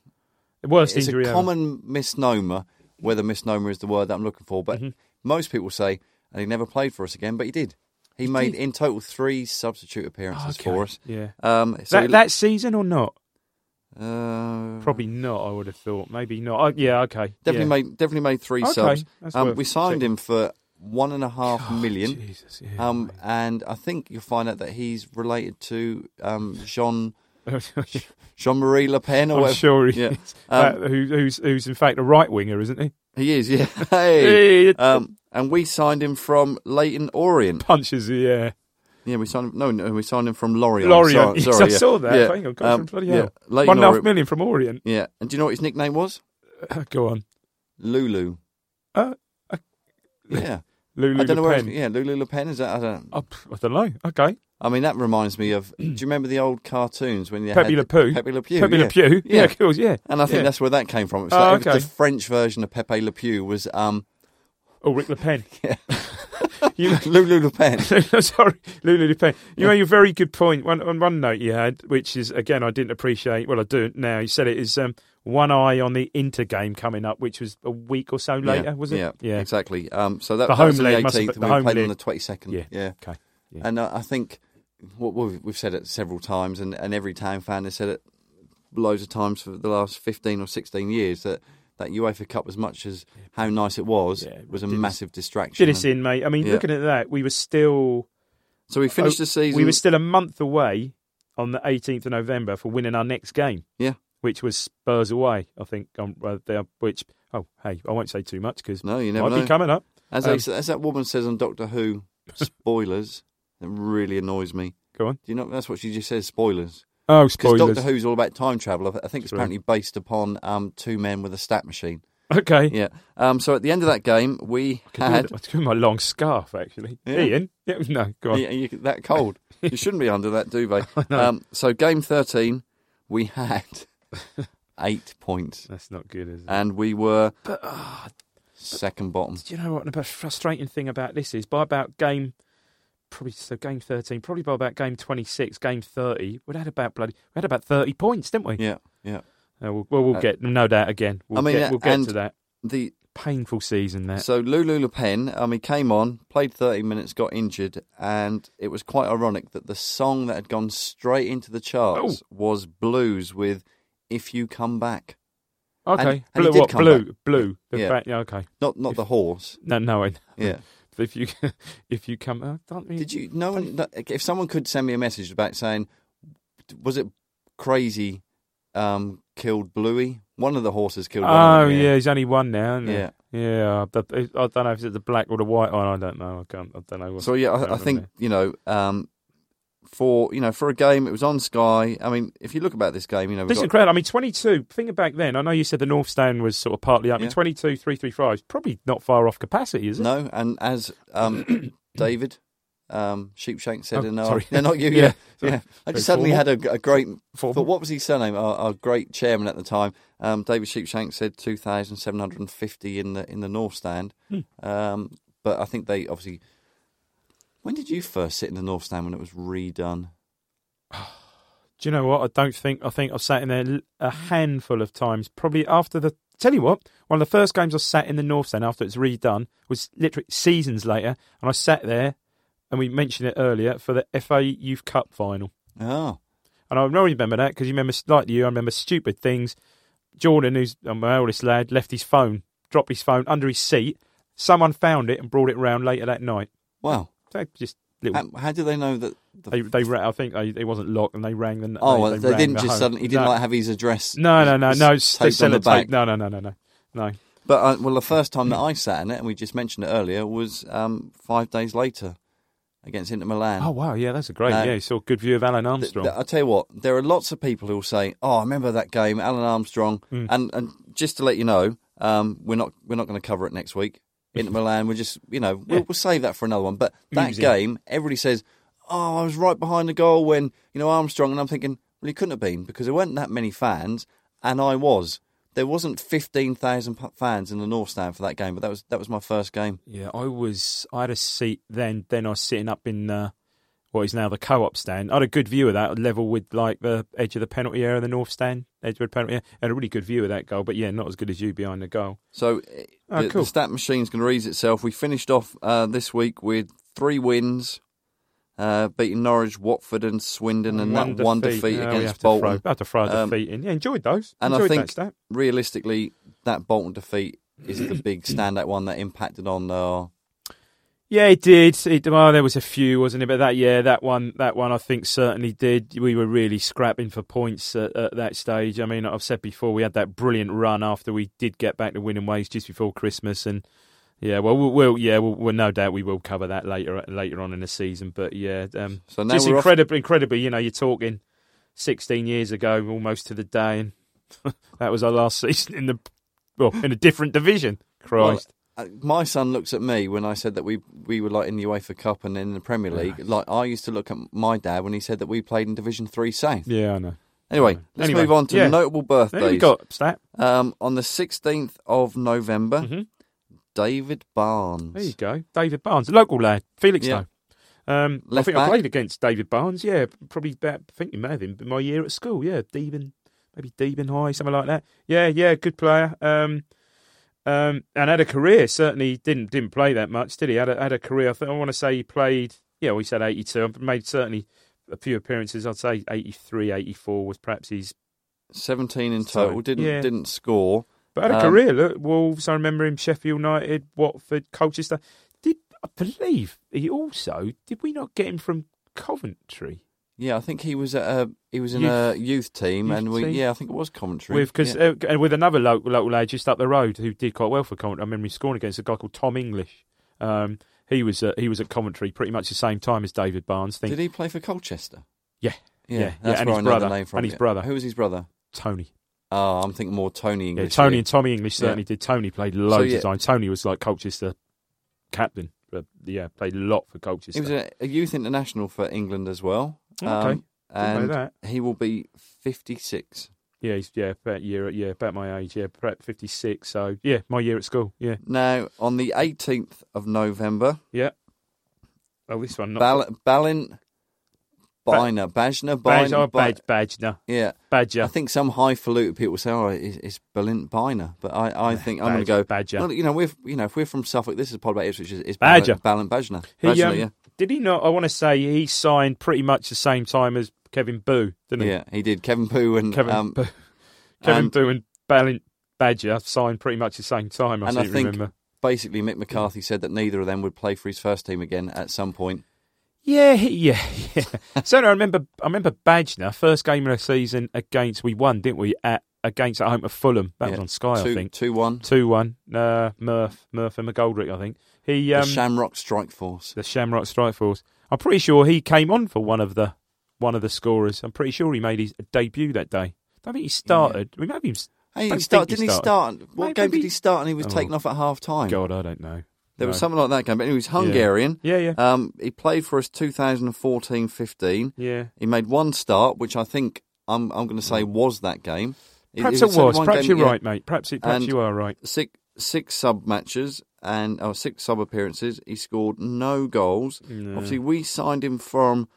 Worst
it's
injury
a
ever.
common misnomer, whether misnomer is the word that I'm looking for,
Mm-hmm.
but most people say, and he never played for us again, but he did. He made in total three substitute appearances
Oh, Okay.
for us.
Yeah.
Um, so
that,
he-
that season or not?
uh,
Probably not. I would have thought. Maybe not. Oh, yeah. Okay.
definitely
yeah.
made definitely made three
Okay,
subs.
that's
Um,
worth
we signed
seeing.
him for one and a half million,
Jesus, yeah. <laughs>
um, and I think you'll find out that he's related to um, Jean Jean Marie Le Pen. Or
I'm
whatever.
sure he
yeah.
is.
Um,
Uh, who, who's, who's in fact a right winger, isn't he?
he is. Yeah, <laughs> hey.
He
Um, and we signed him from Leighton Orient.
punches the air.
Yeah, we signed him. No, no, we signed him from Lorient.
Lorient.
Sorry,
<laughs> Yes,
sorry,
I
yeah.
saw that.
Yeah.
Hang on, God,
Um,
from bloody
yeah,
hell.
Leighton
One and a half
Orient.
million from Orient. <laughs>
Yeah, and do you know what his nickname was?
Uh, Go on.
Lulu.
Uh, uh,
Yeah,
Lulu
I don't know
Le
where.
Pen.
Yeah, Lulu Le Pen is that? I don't.
Oh, pff, I don't know. Okay.
I mean, that reminds me of. <clears throat> do you remember the old cartoons when you
Pepe
had
Le Pew.
Pepe Le Pew.
Pepe
yeah.
Le Pew. Yeah,
Yeah.
of course, yeah.
And I think
Yeah.
that's where that came from. It was,
Oh,
like, it was
okay.
the French version of Pepe Le Pew was um, <laughs>
Oh, Rick Le Pen. <laughs>
Lulu Le Pen.
Sorry, Lulu Le Pen. You made a very good point. One, on one note you had, which is again I didn't appreciate. Well, I do now. You said it is um, one eye on the Inter game coming up, which was a week or so <laughs> later,
yeah,
was it?
Yeah,
yeah,
exactly. Um, so that,
The
that was
home
on the
leg must have
18th.
been-
and
the
we
home
played on the
leg.
22nd.
Yeah.
yeah.
Okay. Yeah.
And uh, I think what we've, we've said it several times, and, and every town fan has said it loads of times for the last 15 or 16 years that that UEFA Cup, as much as how nice it was,
Yeah, it
was a
did us-
massive distraction.
Did us in, mate. I mean,
Mm-hmm. Yeah.
looking at that, we were still
So we finished
oh,
the season.
We were still a month away on the 18th of November for winning our next game.
Yeah.
which was Spurs away. I think. Um, uh, they are- which oh hey, I won't say too much because
No, you never
might
know.
be coming up.
as,
um,
they- as that woman says on
<laughs>
Doctor Who, spoilers, that really annoys me.
Go on.
Do you know that's what she just says? Spoilers.
Oh,
Because
spoilers.
Doctor Who's all about time travel. I think it's
True.
apparently based upon um, two men with a stat machine.
Okay. <laughs>
Yeah. Um, so at the end of that game, we
I
had
could do with my long scarf, actually.
Yeah.
Ian? Yeah, no, go on.
Yeah, you, that cold.
<laughs>
you shouldn't be under that duvet. Um, so game 13,
<laughs>
we had eight points,
That's not good, is it?
and we were
ah,
second bottom.
Do you know what the most frustrating thing about this is? By about game, probably so game thirteen, probably by about game twenty six, game thirty, we had about bloody, we had about thirty points, didn't we?
Yeah, yeah.
Uh, we'll, well, we'll
Uh,
get no doubt again. We'll
I mean,
get,
uh,
we'll get
and-
to that
The
painful season. That
so Lulu Le Pen, um, he came on, played 30 minutes, got injured, and it was quite ironic that the song that had gone straight into the charts
Oh.
was Blues with "If You Come Back."
okay,
and he
blue,
did
what
come
blue,
back.
blue? The
Yeah.
back- yeah, okay.
Not not the horse.
No, no, I, <laughs>
Yeah.
if you <laughs> if you come, I don't mean,
Did you? No one. no- If someone could send me a message back saying, "Was it crazy? Um, killed Bluey. One of the horses killed. one
Oh
of them,
yeah. he's only one now. Isn't
Yeah.
he? yeah. I I don't know if it's the black or the white one. I don't know. I can't. I don't know. What,
So yeah,
don't
I, I think
remember.
you know. Um, for you know, for a game, it was on Sky. I mean, if you look about this game, you know, we've
This is
got,
incredible. I mean, 22. Thinking back then, I know you said the North Stand was sort of partly up. I mean,
Yeah.
22, 335 is probably not far off capacity, is it?
no, and as
<coughs>
um, David. Um, Sheepshank said,
Oh,
in our,
sorry.
they're not
<laughs>
you,
Yeah,
yeah, yeah.
sorry.
I just
Very
suddenly had a, a great
Formal.
thought. What was his surname? Our, our great chairman at the time, um, David Sheepshank, said two thousand seven hundred and fifty in the in the north stand.
Hmm.
Um, but I think they obviously. When did you first sit in the north stand when it was redone?
Do you know what? I don't think. I think I've sat in there l- a handful of times. Probably after the. Tell you what, one of the first games I sat in the North Stand after it's redone was literally seasons later, and I sat there, and we mentioned it earlier for the FA Youth Cup final.
Oh,
And I really remember that because you remember, like you, I remember stupid things. Jordan, who's uh, my oldest lad, left his phone, dropped his phone under his seat. Someone found it and brought it round later that night.
wow!
So just little.
How, how do they know that? The,
they they ra- I think they, it wasn't locked and they rang the.
oh, well, they,
rang
didn't
the
just
home.
suddenly. He didn't
no,
like have his address.
No, no, no, no.
taped
It's they
on the back.
sellotape. No, no, no, no, no, no.
But uh, well, the first time that I sat in it, and we just mentioned it earlier, was um, five days later against Inter Milan.
Oh wow, yeah, that's a great.
No.
yeah, you saw a good view of Alan
Th-
Armstrong.
th- I tell you what, there are lots of people who will say, "Oh, I remember that game, Alan Armstrong."
Hmm.
And and just to let you know, um, we're not we're not going to cover it next
<laughs>
week. Inter Milan, we're just you know we'll,
Yeah.
we'll save that for another one. But that
Easy.
game, everybody says, "Oh, I was right behind the goal when you know Armstrong," and I'm thinking, well, he couldn't have been because there weren't that many fans, and I was. There wasn't fifteen thousand fans in the North Stand for that game, but that was that was my first game.
Yeah, I was. I had a seat then. Then I was sitting up in uh, what is now the co-op stand. I had a good view of that level with like the edge of the penalty area, the north stand, edge of the penalty area. I had a really good view of that goal, but yeah, not as good as you behind the goal.
So
Oh,
uh the,
cool.
the stat machine's going to raise itself. We finished off uh, this week with three wins, uh, beating Norwich, Watford, and Swindon, and that one defeat
No, we have
against
to throw-
Bolton.
we have to throw a
Um,
defeat in. Yeah, enjoyed those.
and I
enjoyed
think-
that stat.
Realistically, that Bolton defeat is
<coughs>
the big standout one that impacted on our.
Yeah, it did. It, well, there was a few, wasn't it? But that, yeah, that one, that one, I think certainly did. We were really scrapping for points at, at that stage. I mean, I've said before, we had that brilliant run after we did get back to winning ways just before Christmas, and yeah, well, we'll, we'll yeah, we'll, we'll no doubt we will cover that later later on in the season. But yeah, um,
So now
just
we're off-
incredibly, incredibly, you know, you're talking 16 years ago, almost to the day, and <laughs> that was our last season in the well in a different division. Christ.
Well, uh, my son looks at me when I said that we we were like in the UEFA Cup and in the Premier League. Like I used to look at my dad when he said that we played in Division Three South.
yeah, I know.
Anyway, let's
Anyway,
move on to
yeah.
notable
There we
birthdays.
got stat.
Um, on the 16th of November,
Mm-hmm.
David Barnes.
There you go, David Barnes, local lad, Felixstowe. Um, I
Left
think
back.
I played against David Barnes. Yeah, probably about. I think you may have been my year at school. Yeah, Deben, maybe Deben High, something like that. Yeah, yeah, good player. Um, um, and had a career. Certainly didn't didn't play that much, did he? Had a, had a career. I, think, I want to say he played. Yeah, we said eighty two. Made certainly a few appearances. I'd say 83, 84 was perhaps his
17 in
Sorry.
total. Didn't
Yeah.
didn't score.
But had a
Um,
career. Look, Wolves. I remember him. Sheffield United, Watford, Colchester. Did I believe he also? Did we not get him from Coventry?
Yeah, I think he was at a he was in
Youth-
a youth team,
youth
and we
team?
yeah, I think it was Coventry.
With because
yeah.
uh, with another local local lad just up the road who did quite well for Coventry. I remember him scoring against a guy called Tom English. Um, he was uh, he was at Coventry pretty much the same time as David Barnes. Think
did he play for Colchester?
Yeah, yeah, yeah,
that's
and
where
his
I know the
brother,
name from.
and his
yeah.
brother.
Who was his brother?
Tony
Oh, I'm thinking more Tony
Yeah,
English.
Tony
here.
and Tommy English certainly did. Tony played loads
yeah.
of time. Tony was like Colchester captain. But yeah, played a lot for Colchester.
He was a, a youth international for England as well.
Oh,
Um,
Okay. Didn't know
and
that.
he will be 56.
yeah, he's, yeah, about year, yeah, about my age. Yeah, about fifty six. So yeah, my year at school. Yeah,
Now, on the 18th of November,
yeah. Oh, this one. Not
Bal- Balin Biner, Bajner,
badge.
Biner,
oh, badge, badge. No,
Yeah.
badger.
I think some highfalutin people say, "Oh, it's, it's Balin Biner," but I, I think I'm going to
Badger,
go
Badger.
Well, you know, we're you know, if we're from Suffolk, this is part about Ipswich. It's
Badger.
Balin Bajner.
He,
Bajner,
um,
yeah,
Did he not? I want to say he signed pretty much the same time as Kevin Boo, didn't he?
yeah, he did. Kevin Pooh and
Kevin
um,
Boo, Kevin
and-
Boo and Ballin Badger signed pretty much the same time. I
and
seem
I
to
think
remember.
basically Mick McCarthy said that neither of them would play for his first team again at some point.
Yeah, he- yeah, <laughs> yeah. so I remember, I remember Badger first game of the season against we won, didn't we? At against at home at Fulham. That was
Yeah.
on Sky,
two,
I think.
two one.
Two one. Uh, Murph, Murph and McGoldrick, I think. He um,
the Shamrock Strike Force.
the Shamrock Strike Force. I'm pretty sure he came on for one of the one of the scorers. I'm pretty sure he made his debut that day. don't think he started. We may have even.
Hey,
don't
he start,
think
didn't he start? What
Maybe-
game did
maybe-
he start? And he was
Oh.
taken off at half time.
God, I don't know.
There
No.
was something like that game. But anyway, he's Hungarian.
Yeah, yeah.
Um, he played for us 2014-15.
Yeah.
He made one start, which I think I'm I'm going to say was that game.
Perhaps it,
certainly
was.
one
Perhaps
game-
you're
yeah.
right, mate. Perhaps it, perhaps
And-
you are right.
Six six sub matches and oh, six sub appearances. He scored no goals. Obviously, we signed him from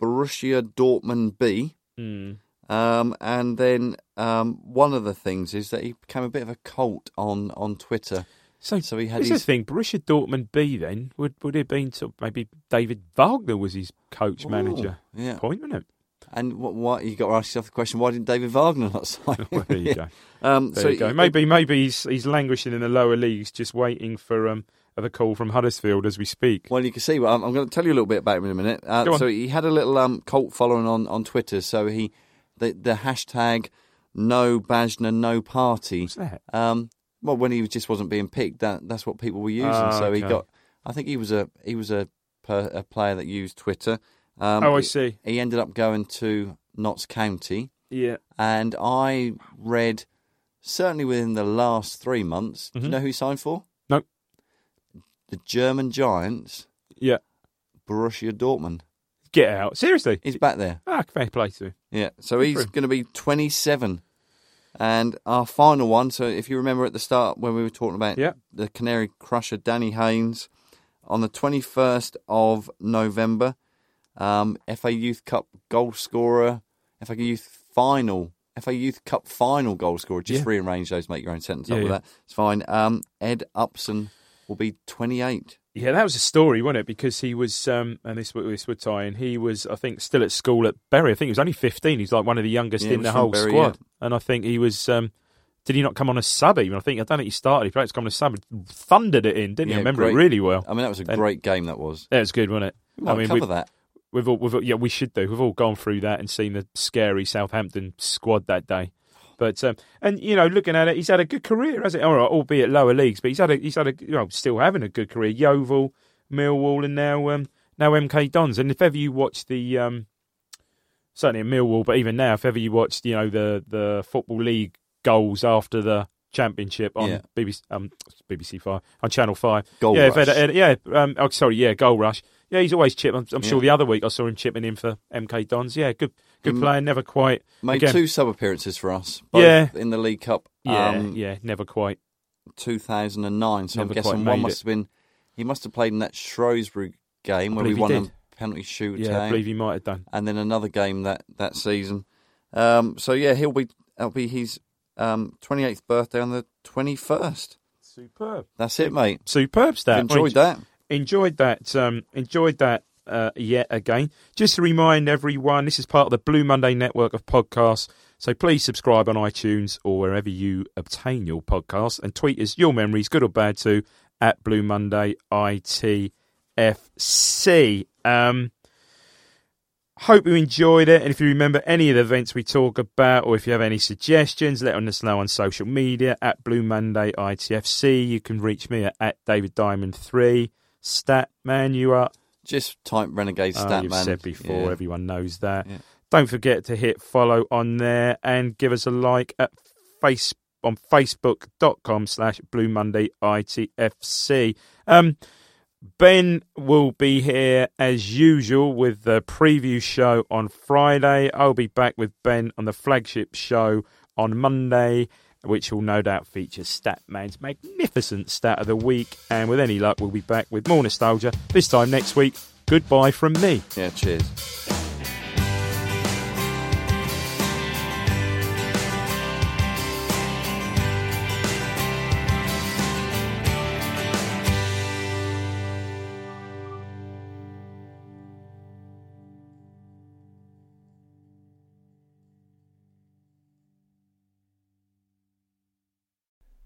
Borussia Dortmund B.
Mm.
Um, and then um, one of the things is that he became a bit of a cult on on Twitter.
So,
So he had
this
his-
is the thing. Borussia Dortmund B. Then would would it have been sort of maybe David Wagner was his coach
Ooh,
manager?
yeah.
Point, wasn't it? <laughs>
And what, why you got to ask yourself the question: Why didn't David Wagner not <laughs> sign?
<laughs> Well, there you
Yeah.
go.
Um,
There
so
you go.
it-
Maybe maybe he's he's languishing in the lower leagues, just waiting for um a call from Huddersfield as we speak.
Well, you can see. Well, I'm, I'm going to tell you a little bit about him in a minute.
Go
Uh,
on.
so he had a little um, cult following on, on Twitter. So he, the, the hashtag, no Bajna, no party.
What's that?
Um, well, when he just wasn't being picked, that that's what people were using.
Ah,
so he
okay.
got. I think he was a he was a, per, a player that used Twitter. Um,
Oh, I
he-
see.
He ended up going to Notts County,
Yeah.
and I read certainly within the last three months. Do you know who he signed for?
No.
The German Giants,
Yeah.
Borussia Dortmund.
Get out. Seriously.
He's back there.
Ah, fair play to him.
Yeah. So
Good
he's
for him.
going to be 27. And our final one. So if you remember at the start when we were talking about
Yeah.
the Canary Crusher, Danny Haynes, on the 21st of November, um, FA Youth Cup goal scorer, FA Youth final, FA Youth Cup final goal scorer. Just
Yeah.
rearrange those, make your own sentence
Yeah,
up with
yeah.
that. It's fine. Um, Ed Upson will be 28.
Yeah, that was a story, wasn't it? Because he was, um, and this would- this would tie in. He was, I think, still at school at Bury. I think he was only fifteen. He's like one of the youngest
Yeah, he
in
was
the
from
whole
Bury,
squad.
yeah.
And I think he was. Um, did he not come on a sub even? I think I don't think he started. He played come on a sub, thundered it in, didn't he? I
Yeah,
remember it
great.
really well.
I mean, that was a
And-
great game, that was.
That was good, wasn't it?
We might
Oh. I mean,
cover
we,
that.
We've all, we've all, yeah, we should do. We've all gone through that and seen the scary Southampton squad that day. But um, and you know, looking at it, he's had a good career, hasn't he? All right, albeit lower leagues, but he's had a he's had a you know, still having a good career. Yeovil, Millwall, and now um, now MK Dons. And if ever you watch the um, certainly in Millwall, but even now, if ever you watched you know the the football league goals after the championship on
Yeah.
BBC um, BBC Five on Channel Five,
Goal
yeah, if
Rush.
Ed- Ed- yeah. Um, oh, sorry, yeah, goal rush. Yeah, he's always chip. I'm, I'm sure the other week I saw him chipping in for MK Dons. Yeah, good, good player. Never quite.
Mm. Made
again,
two sub appearances for us, both
Yeah.
in the League Cup,
Yeah,
um,
yeah, never quite.
2009. So
Never
I'm
quite
guessing
made
one must
it.
have been. He must have played in that Shrewsbury game where we
believe he
won
did.
a penalty shootout,
Yeah, I believe he might have done.
and then another game that that season. Um, so yeah, he'll be that'll be his um, 28th birthday on the 21st.
Superb,
That's it, mate.
superb stat.
Enjoyed that.
enjoyed that um, enjoyed that uh, yet again just to remind everyone this is part of the blue monday network of podcasts so please subscribe on itunes or wherever you obtain your podcasts and tweet us your memories good or bad too at blue monday itfc um, Hope you enjoyed it. And if you remember any of the events we talk about, or if you have any suggestions, let us know on social media at Blue Monday ITFC. You can reach me at, at David Diamond 3. Stat man, you are.
Just type Renegade
Oh,
Stat
you've
Man.
said before,
Yeah.
everyone knows that.
Yeah.
Don't forget to hit follow on there and give us a like at face on facebook.com slash blue monday itfc um ben will be here as usual with the preview show on friday i'll be back with ben on the flagship show on monday which will no doubt feature statman's magnificent stat of the week and with any luck we'll be back with more nostalgia this time next week goodbye from me
Yeah, cheers.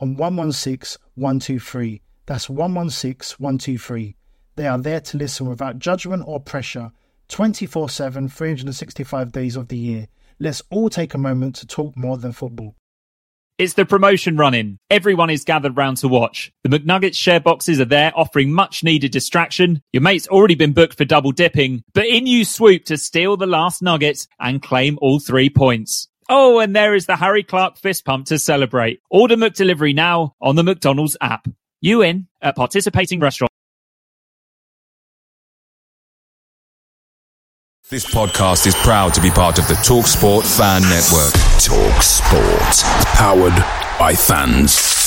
on 116 123. That's 116 123. They are there to listen without judgment or pressure 24 7, 365 days of the year. Let's all take a moment to talk more than football.
It's the promotion running. Everyone is gathered round to watch. The McNuggets share boxes are there offering much needed distraction. Your mate's already been booked for double dipping, but in you swoop to steal the last nugget and claim all three points. Oh, and there is the Harry Clark fist pump to celebrate. Order McDelivery now on the McDonald's app. You in at participating restaurants.
This podcast is proud to be part of the Talk Sport Fan Network.
Talk Sport. Powered by fans.